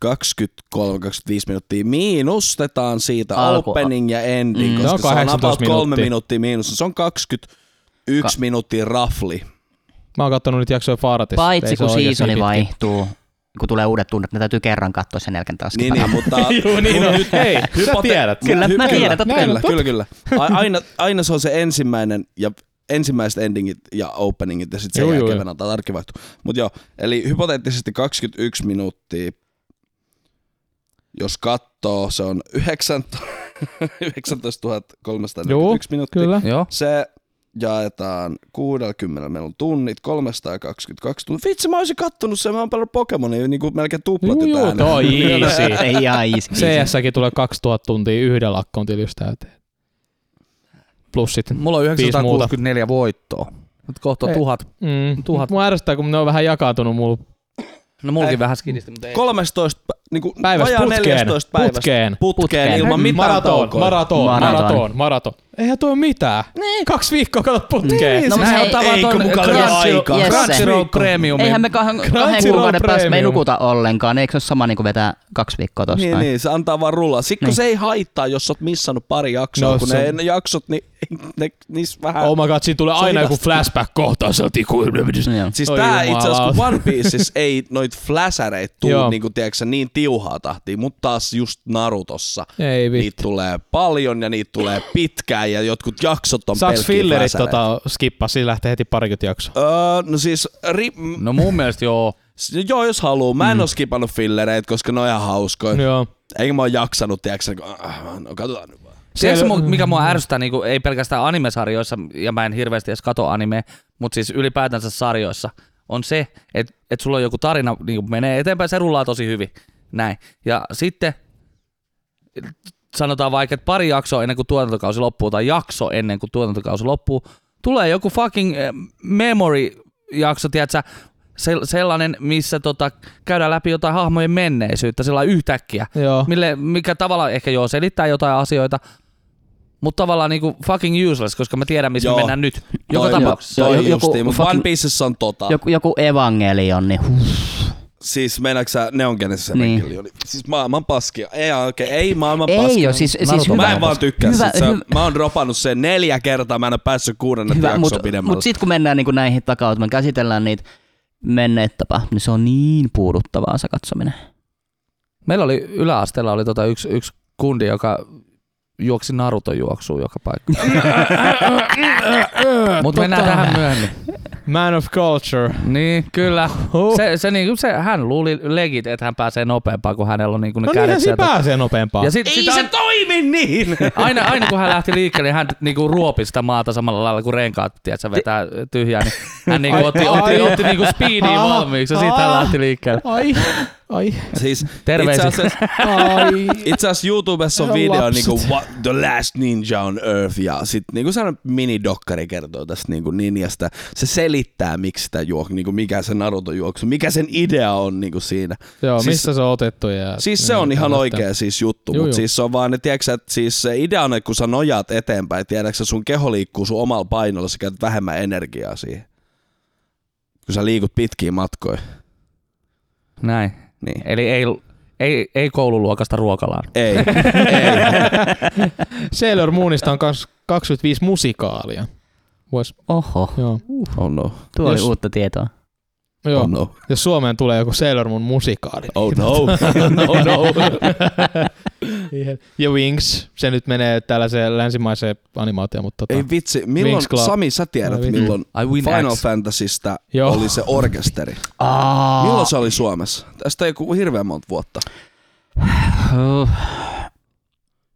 S1: 23-25 minuuttia, miinustetaan siitä
S3: Alku-
S1: opening ja ending, mm,
S3: Mm.
S4: Se
S1: koska
S4: on
S1: se on about
S4: 18
S1: kolme
S4: No minuuttia.
S1: minuuttia miinus. Se on 21 Ka- minuuttia rafli.
S4: Mä oon kattonut nyt jaksoja Faaratissa.
S3: Paitsi
S4: Ei se
S3: kun
S4: ole oikeasti
S3: seasoni
S4: niin pitkä.
S3: vaihtuu, kun tulee uudet tunnot, ne täytyy kerran katsoa sen jälkeen taas.
S1: Niin,
S3: skipata.
S1: niin, mutta...
S4: Juu, niin on. Hei, sä
S1: hypote-
S4: tiedät.
S3: Kyllä, mä tiedän, totta kai.
S1: Kyllä, kyllä, kyllä. A- Aina, aina se on se ensimmäinen ja ensimmäiset endingit ja openingit ja sitten
S4: Juu,
S1: sen
S4: juu,
S1: jälkeen
S4: juu.
S1: venätään tarkkivaihtu. Mutta joo, eli hypoteettisesti 21 minuuttia, jos katsoo, se on 19
S4: Juu,
S1: 341 minuuttia.
S4: Kyllä.
S2: Joo.
S1: Se jaetaan 60, meillä on tunnit, 322 tuntia. Vitsi, mä olisin kattonut sen, mä oon pelannut Pokemonia niin kuin melkein
S4: Juu,
S1: tuplatti
S4: juu, toi
S1: tänään.
S4: on easy.
S3: Ei jää iski.
S4: CS-säkin tulee 2000 tuntia yhdellä akkontilla just täyteen. Plus sitten.
S2: Mulla on
S4: Viisi muuta.
S2: 964 voittoa. Nyt kohta on
S4: Ei.
S2: tuhat.
S4: Mm,
S2: Tuhat.
S4: Mua ärsyttää, kun ne on vähän jakautunut mulla
S2: No mullakin
S1: Ei.
S2: vähän skidisti, mutta ei.
S1: 13, niin kuin
S4: päivästä
S1: vajaa
S4: putkeen.
S1: 14 päivästä.
S4: Putkeen.
S1: putkeen,
S3: Putkeen.
S1: ilman mitään
S4: Maraton,
S1: taukoa.
S4: maraton,
S3: Maraton.
S4: maraton, maraton. Eihän tuo mitään. Niin. Kaksi viikkoa katsot putkeen.
S2: Niin,
S3: No,
S2: no,
S3: mutta
S2: sehän on
S3: hei,
S2: tavaton
S1: eikö muka ole
S2: Crunchyroll-
S1: aikaa?
S3: Yes,
S2: Crunchyroll
S4: se.
S2: Premiumin.
S3: Eihän me kahden, kahden
S4: Crunchyroll
S3: kuukauden päästä me ei
S4: Premium.
S3: nukuta ollenkaan. Eikö se ole sama niin kuin vetää kaksi viikkoa tosta?
S1: Niin,
S3: noin?
S1: niin, se antaa vaan rullaa. Sitten kun
S3: Niin.
S1: se ei haittaa, jos sä oot missannut pari jaksoa,
S4: No,
S1: kun
S4: se-
S1: ne, ne jaksot, niin ne, niissä vähän...
S4: Oh my god, siinä tulee
S1: Se on
S4: aina joku
S1: hidasta.
S4: flashback-kohtaus. Se on tiku-
S3: Joo.
S1: Siis
S4: Oi
S1: tää itse
S4: jumalauta.
S1: asiassa, kun One Piece ei noit fläsäreitä tuu
S4: Joo.
S1: niin, kuin, tiedätkö, niin tiuhaa tahtia, mutta taas just Narutossa.
S4: Ei vittu.
S1: Niitä tulee paljon ja niitä tulee pitkään ja jotkut jaksot on
S4: Saaks
S1: pelkkiä
S4: fillerit
S1: fläsäreitä.
S4: tota, skippaa? Siinä lähtee heti parikymmentä jaksoa.
S1: Öö, no siis, ri, m-
S2: No mun mielestä joo.
S1: s- joo jos haluu. Mä en mm. oo skipannut fillereitä, koska ne on ihan hauskoja.
S4: Joo.
S1: Eikä mä oo jaksanut, tiedätkö, kun, äh, no katsotaan nyt vaan.
S2: Tiedätkö,
S4: Siellä- Mm.
S2: mu- mikä mua ärsyttää, niin ei pelkästään animesarjoissa, ja mä en hirveästi edes kato animea, mutta siis ylipäätänsä sarjoissa, on se, että et sulla on joku tarina, niin menee eteenpäin, se rullaa tosi hyvin. Näin. Ja sitten sanotaan vaikka, että pari jaksoa ennen kuin tuotantokausi loppuu, tai jakso ennen kuin tuotantokausi loppuu, tulee joku fucking eh, memory-jakso, tiedätkö, sel- sellainen, missä tota, käydään läpi jotain hahmojen menneisyyttä sillä lailla yhtäkkiä,
S4: Joo.
S2: mille, mikä tavallaan ehkä joo selittää jotain asioita, mutta tavallaan niinku fucking useless, koska mä tiedän, missä me
S1: Joo.
S2: mennään nyt. Joka
S1: Toi-
S2: tapauksessa.
S1: Toi
S3: Joku-
S1: justiin, mutta
S3: fucking-
S1: One Piecessä on tota.
S3: Joku, joku evangelion, niin huh.
S1: Siis meinaatko sä, ne on kenessä se
S3: Niin.
S1: niin. oli. Siis maailman paskia. Ei, okay, ei maailman paskia.
S3: ei ole. Siis, siis
S2: Naruto
S3: hyvä,
S1: Mä en vaan tykkää
S3: hyvä,
S1: hyvä, siitä.
S3: hyvä,
S1: Hyvä. Mä oon dropannut sen neljä kertaa, mä en oo päässyt kuudennet
S3: hyvä,
S1: jaksoa
S3: mut,
S1: pidemmälle.
S3: mut sit kun mennään niinku näihin takautumaan, käsitellään niitä menneet tapa, niin se on niin puuduttavaa se katsominen.
S2: Meillä oli yläasteella oli tota yksi, yksi kundi, joka juoksi Naruto juoksuun joka paikka. Mutta mennään tähän myöhemmin.
S4: Man of Culture. No
S2: Niin, kyllä.
S4: Huh.
S2: Se, se, niin, se, hän luuli legit, että hän pääsee nopeampaan, kun hänellä on niin kuin ne
S4: No
S2: kädet
S4: niinhän
S1: tota-
S4: siinä
S2: sieltä.
S4: pääsee nopeampaa.
S2: Ja sit, sit
S1: ei se
S2: aina,
S1: toimi niin!
S2: aina, aina, kun hän lähti liikkeelle, niin hän niinku ruopi sitä maata samalla lailla kuin renkaat, tiedätkö, vetää tyhjää, niin hän niinku otti, otti, otti niinku speediin valmiiksi ja siitä hän lähti liikkeelle.
S4: Ai, ai,
S1: Siis
S2: Terveisiä.
S1: Itse asiassa,
S4: ai.
S1: itse asiassa YouTubessa on
S4: Ja
S1: video
S4: lapset.
S1: niinku What the last ninja on earth ja sit niinku sellainen minidokkari kertoo tästä niinku ninjasta. Se selittää miksi sitä juok, niinku mikä se Naruto juoksu, mikä sen idea on niinku siinä.
S4: Joo,
S1: Siis-
S4: missä se on otettu? Ja,
S1: Siis se on
S4: niin,
S1: ihan
S4: tällaista.
S1: oikea siis juttu,
S4: Juu,
S1: mutta
S4: juu.
S1: siis se on vaan, että tiedätkö, sä, että siis se idea on, että kun sä nojaat eteenpäin, tiedätkö, sä, sun keho liikkuu sun omalla painolla, sä käytät vähemmän energiaa siihen. Kun sä liikut pitkiä matkoja.
S2: Näin.
S1: Niin.
S2: Eli ei, ei, ei koululuokasta ruokalaan.
S1: Ei.
S4: Sailor Moonista on kans 25 musikaalia. Vois.
S3: Oho,
S4: Joo.
S1: Oh no.
S3: tuo
S4: Jos-
S3: oli uutta tietoa.
S4: Joo.
S1: Oh no.
S4: Jos Suomeen tulee joku Sailor Moon musikaali.
S1: Oh no. no, no.
S4: Ja Wings, se nyt menee tällaiseen länsimaiseen animaatioon, mutta tota,
S1: Ei vitsi, milloin,
S4: Winx Club.
S1: Sami, sä tiedät,
S4: Ai vitsi.
S1: milloin
S2: I win
S1: Final
S2: X.
S1: Fantasystä
S4: Joo.
S1: oli se orkesteri.
S3: Aa,
S1: Milloin se oli Suomessa? Tästä ei joku hirveän monta vuotta.
S3: Huh.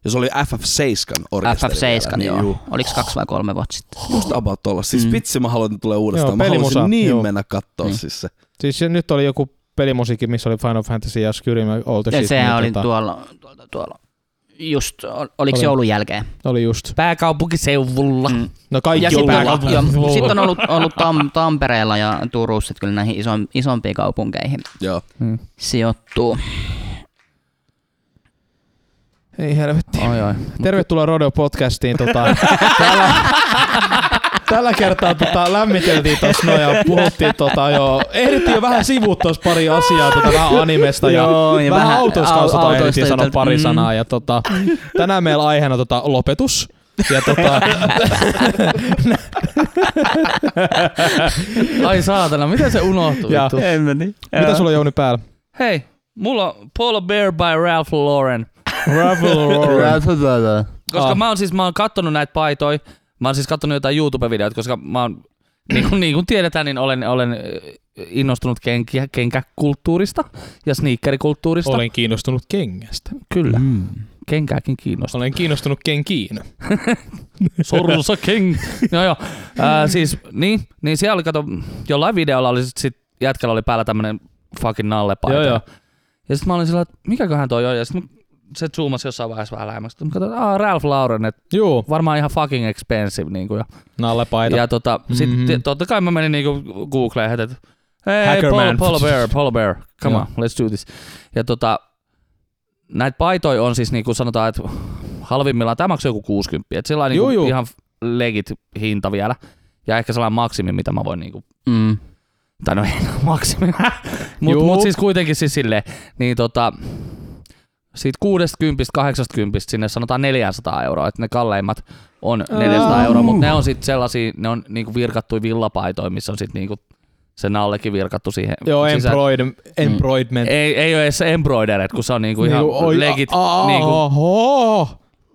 S1: Ja se oli FF7 orkesteri. vielä,
S3: FF7,
S1: niin
S3: joo.
S1: juu.
S3: Oliko kaksi vai kolme vuotta sitten?
S1: Just about tolla. Siis
S3: Mm.
S1: mm. vitsi mä haluan, että tulee uudestaan.
S4: Joo,
S1: mä haluaisin
S4: pelimusa,
S1: niin
S4: joo.
S1: mennä kattoo
S3: Niin.
S1: siis se.
S4: siis se nyt oli joku pelimusiikki, missä oli Final Fantasy ja Skyrim ja Old
S3: Ja
S4: Shit,
S3: sehän
S4: niin
S3: oli
S4: tota,
S3: tuolla, tuolla, tuolla just, ol- oliko
S4: Oli.
S3: joulun jälkeen?
S4: Oli just.
S2: Pääkaupunkiseuvulla.
S3: Mm.
S4: No kaikki
S3: Ja
S4: oli
S3: sitten
S4: pääkaupunki-
S3: sit on ollut, ollut Tam, Tampereella ja Turussa, että kyllä näihin ison, isompiin kaupunkeihin
S1: Joo.
S3: sijoittuu.
S4: Ei helvetti.
S2: Oi, oi.
S4: Tervetuloa Rodeo Podcastiin. Tota, tällä, tällä kertaa tota, lämmiteltiin tuossa noin ja puhuttiin tota, jo, ehdittiin jo vähän sivuut tuossa pari asiaa tota, vähän animesta ja,
S3: Joo, ja
S4: ja vähän,
S3: vähän
S4: vähän autoista kanssa
S3: au-
S4: tota,
S3: autoista
S4: ehdittiin sanoa
S3: juteltu-
S4: pari
S3: mm.
S4: sanaa. Ja, tota, tänään meillä aiheena tota, lopetus. Ja tota,
S2: Ai saatana, miten se unohtui?
S4: Ja-
S2: vittu?
S3: En mä niin.
S4: mitä sulla on Jouni päällä?
S2: Hei, mulla on Polar Bear by Ralph Lauren. Koska
S4: Ah.
S2: mä oon siis mä oon kattonut näitä paitoja. Mä oon siis kattonut jotain YouTube-videoita, koska mä oon, niin kuin, niin kuin tiedetään, niin olen, olen äh, innostunut kenkiä, kenkäkulttuurista ja sneakerikulttuurista.
S4: Olen kiinnostunut kengästä.
S2: Kyllä. Mm. Kenkääkin kiinnostaa.
S4: Olen kiinnostunut kenkiin.
S2: Sorsa King. no joo. Äh, siis, niin, niin siellä oli, kato, jollain videolla oli sit, sit jätkällä oli päällä tämmönen fucking nallepaita.
S4: Joo, joo.
S2: Ja sitten mä olin sillä, että mikäköhän toi on. Ja sitten se zoomasi jossain vaiheessa vähän lähemmäksi. Mä katsoin, että Ralph Lauren, että
S4: Juu,
S2: varmaan ihan fucking expensive. Niin kuin, ja,
S4: nallepaita.
S2: ja tota, sit,
S4: Mhm.
S2: totta kai mä menin niinku Googleen heti, että hei,
S4: Hacker
S2: Paul,
S4: man."
S2: Paul Bear, Paul Bear, come
S4: Joo.
S2: on, let's do this. Ja tota, näitä paitoja on siis niinku sanotaan, että halvimmillaan tämä maksoi joku 60, että sillä on niinku
S4: Juu, juu.
S2: ihan legit hinta vielä. Ja ehkä sellainen maksimi, mitä mä voin niinku,
S3: Mm.
S2: tai no ei maksimi, mutta
S4: Juu.
S2: mut siis kuitenkin siis silleen, niin tota, siitä 60, 80 sinne sanotaan 400 euroa, että ne kalleimmat on 400 euroa, mutta ne on sitten sellaisia, ne on niinku virkattuja villapaitoja, missä on sitten niinku se nallekin virkattu siihen
S4: Joo,
S2: sisään.
S4: embroid, embroidment.
S2: Mm. Ei, ei ole edes embroidered, kun se on niinku
S4: Niinku,
S2: ihan
S4: oi,
S2: legit
S4: a- a-
S2: niinku
S4: oho.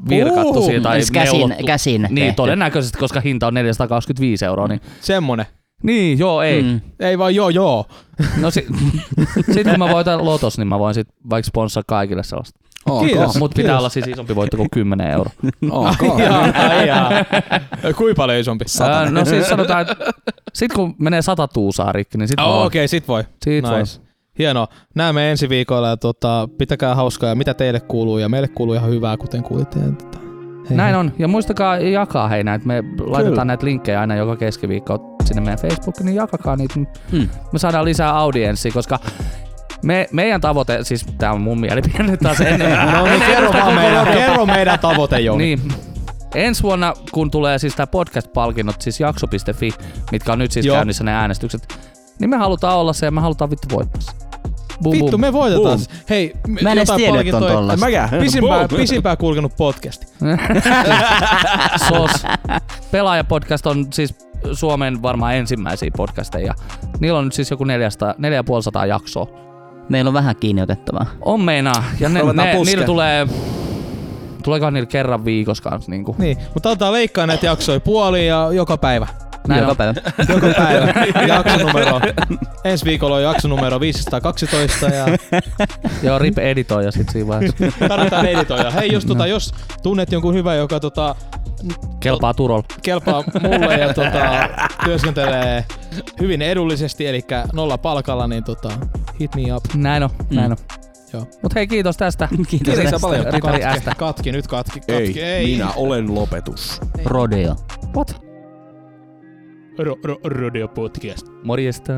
S2: virkattu
S4: Uhu.
S2: siihen tai
S3: Siis käsin,
S2: neulottu.
S3: käsin
S2: Niin,
S3: tehty.
S2: todennäköisesti, koska hinta on 425 euroa. Niin,
S4: Semmonen.
S2: niin joo, ei. Mm.
S3: Mm.
S4: Ei vaan joo joo.
S2: No si- sit kun mä voitan lotos, niin mä voin sit vaikka sponssaa kaikille sellaista.
S4: Kiitos.
S2: Mut pitää olla siis isompi voitto kuin 10 euroa.
S1: Ok.
S4: Jaa, ai jaa. Kuinka paljon isompi?
S2: Ää, no siis sanotaan, että sit kun menee sata tuusaa rikki, niin sit
S4: Oh,
S2: voi.
S4: Okei, okay, sit voi.
S2: Sit voi.
S4: nice. Hienoa. Näemme ensi viikolla ja tota, pitäkää hauskaa ja mitä teille kuuluu ja meille kuuluu ihan hyvää, kuten kuulitte. Ja Tota, hei.
S2: Näin on. Ja muistakaa jakaa hei näitä. Me laitetaan näitä linkkejä aina joka keskiviikko sinne meidän Facebookiin, niin jakakaa niitä.
S3: Mm.
S4: Hmm.
S2: Mm. Me saadaan lisää audienssia, koska me, meidän tavoite, siis tämä on mun mielipide nyt taas ennen.
S4: No niin, kerro vaan meidän, kerro meidän tavoite, Jouni.
S2: niin. Ensi vuonna, kun tulee siis tämä podcast-palkinnot, siis jakso.fi, mitkä on nyt siis
S4: Joo.
S2: Joo. käynnissä ne äänestykset, niin me halutaan olla se ja me halutaan vittu voittaa se. Bum,
S4: Vittu,
S2: bum.
S4: me voitetaan. Hei,
S3: Mä en edes
S4: jotain
S3: tiennyt, että on
S4: palkintoja.
S3: tollasta.
S1: Mäkään.
S4: Pisimpää,
S1: Boom.
S4: pisimpää kulkenut podcasti.
S2: SOS. Pelaajapodcast on siis Suomen varmaan ensimmäisiä podcasteja. Niillä on nyt siis joku 400, 450 jaksoa.
S3: Meillä on vähän kiinni otettavaa.
S2: On meinaa. Ja ne,
S1: Ruvetaan
S2: ne,
S1: puskeen.
S2: niillä tulee... Tuleekohan niillä kerran viikossa kanssa niinku.
S4: Niin, mutta aletaan leikkaa näitä jaksoja puoliin ja joka päivä.
S2: Näin on.
S3: Joka päivä.
S4: Joka päivä. jaksonumero. Ensi viikolla on jaksonumero 512 ja Niin.
S2: Joo, Rip editoi ja sit siinä vaiheessa.
S4: tarvitaan editoja. Hei, jos, tota, jos tunnet jonkun hyvän, joka tota,
S2: Kelpaa Turolla.
S4: kelpaa mulle ja tota, työskentelee hyvin edullisesti, eli nolla palkalla, niin tota, hit me up.
S2: Näin on,
S4: Mm.
S2: näin on.
S4: Joo.
S2: Mut hei, kiitos tästä.
S3: Kiitos
S1: Kiitoksia
S3: tästä.
S1: paljon.
S2: Ritari Ästä.
S4: Katki, nyt katki, katki.
S1: Ei,
S4: Ei.
S1: minä olen lopetus.
S3: Rodeo.
S2: What?
S4: Ro, ro, rodeo podcast.
S2: Morjesta.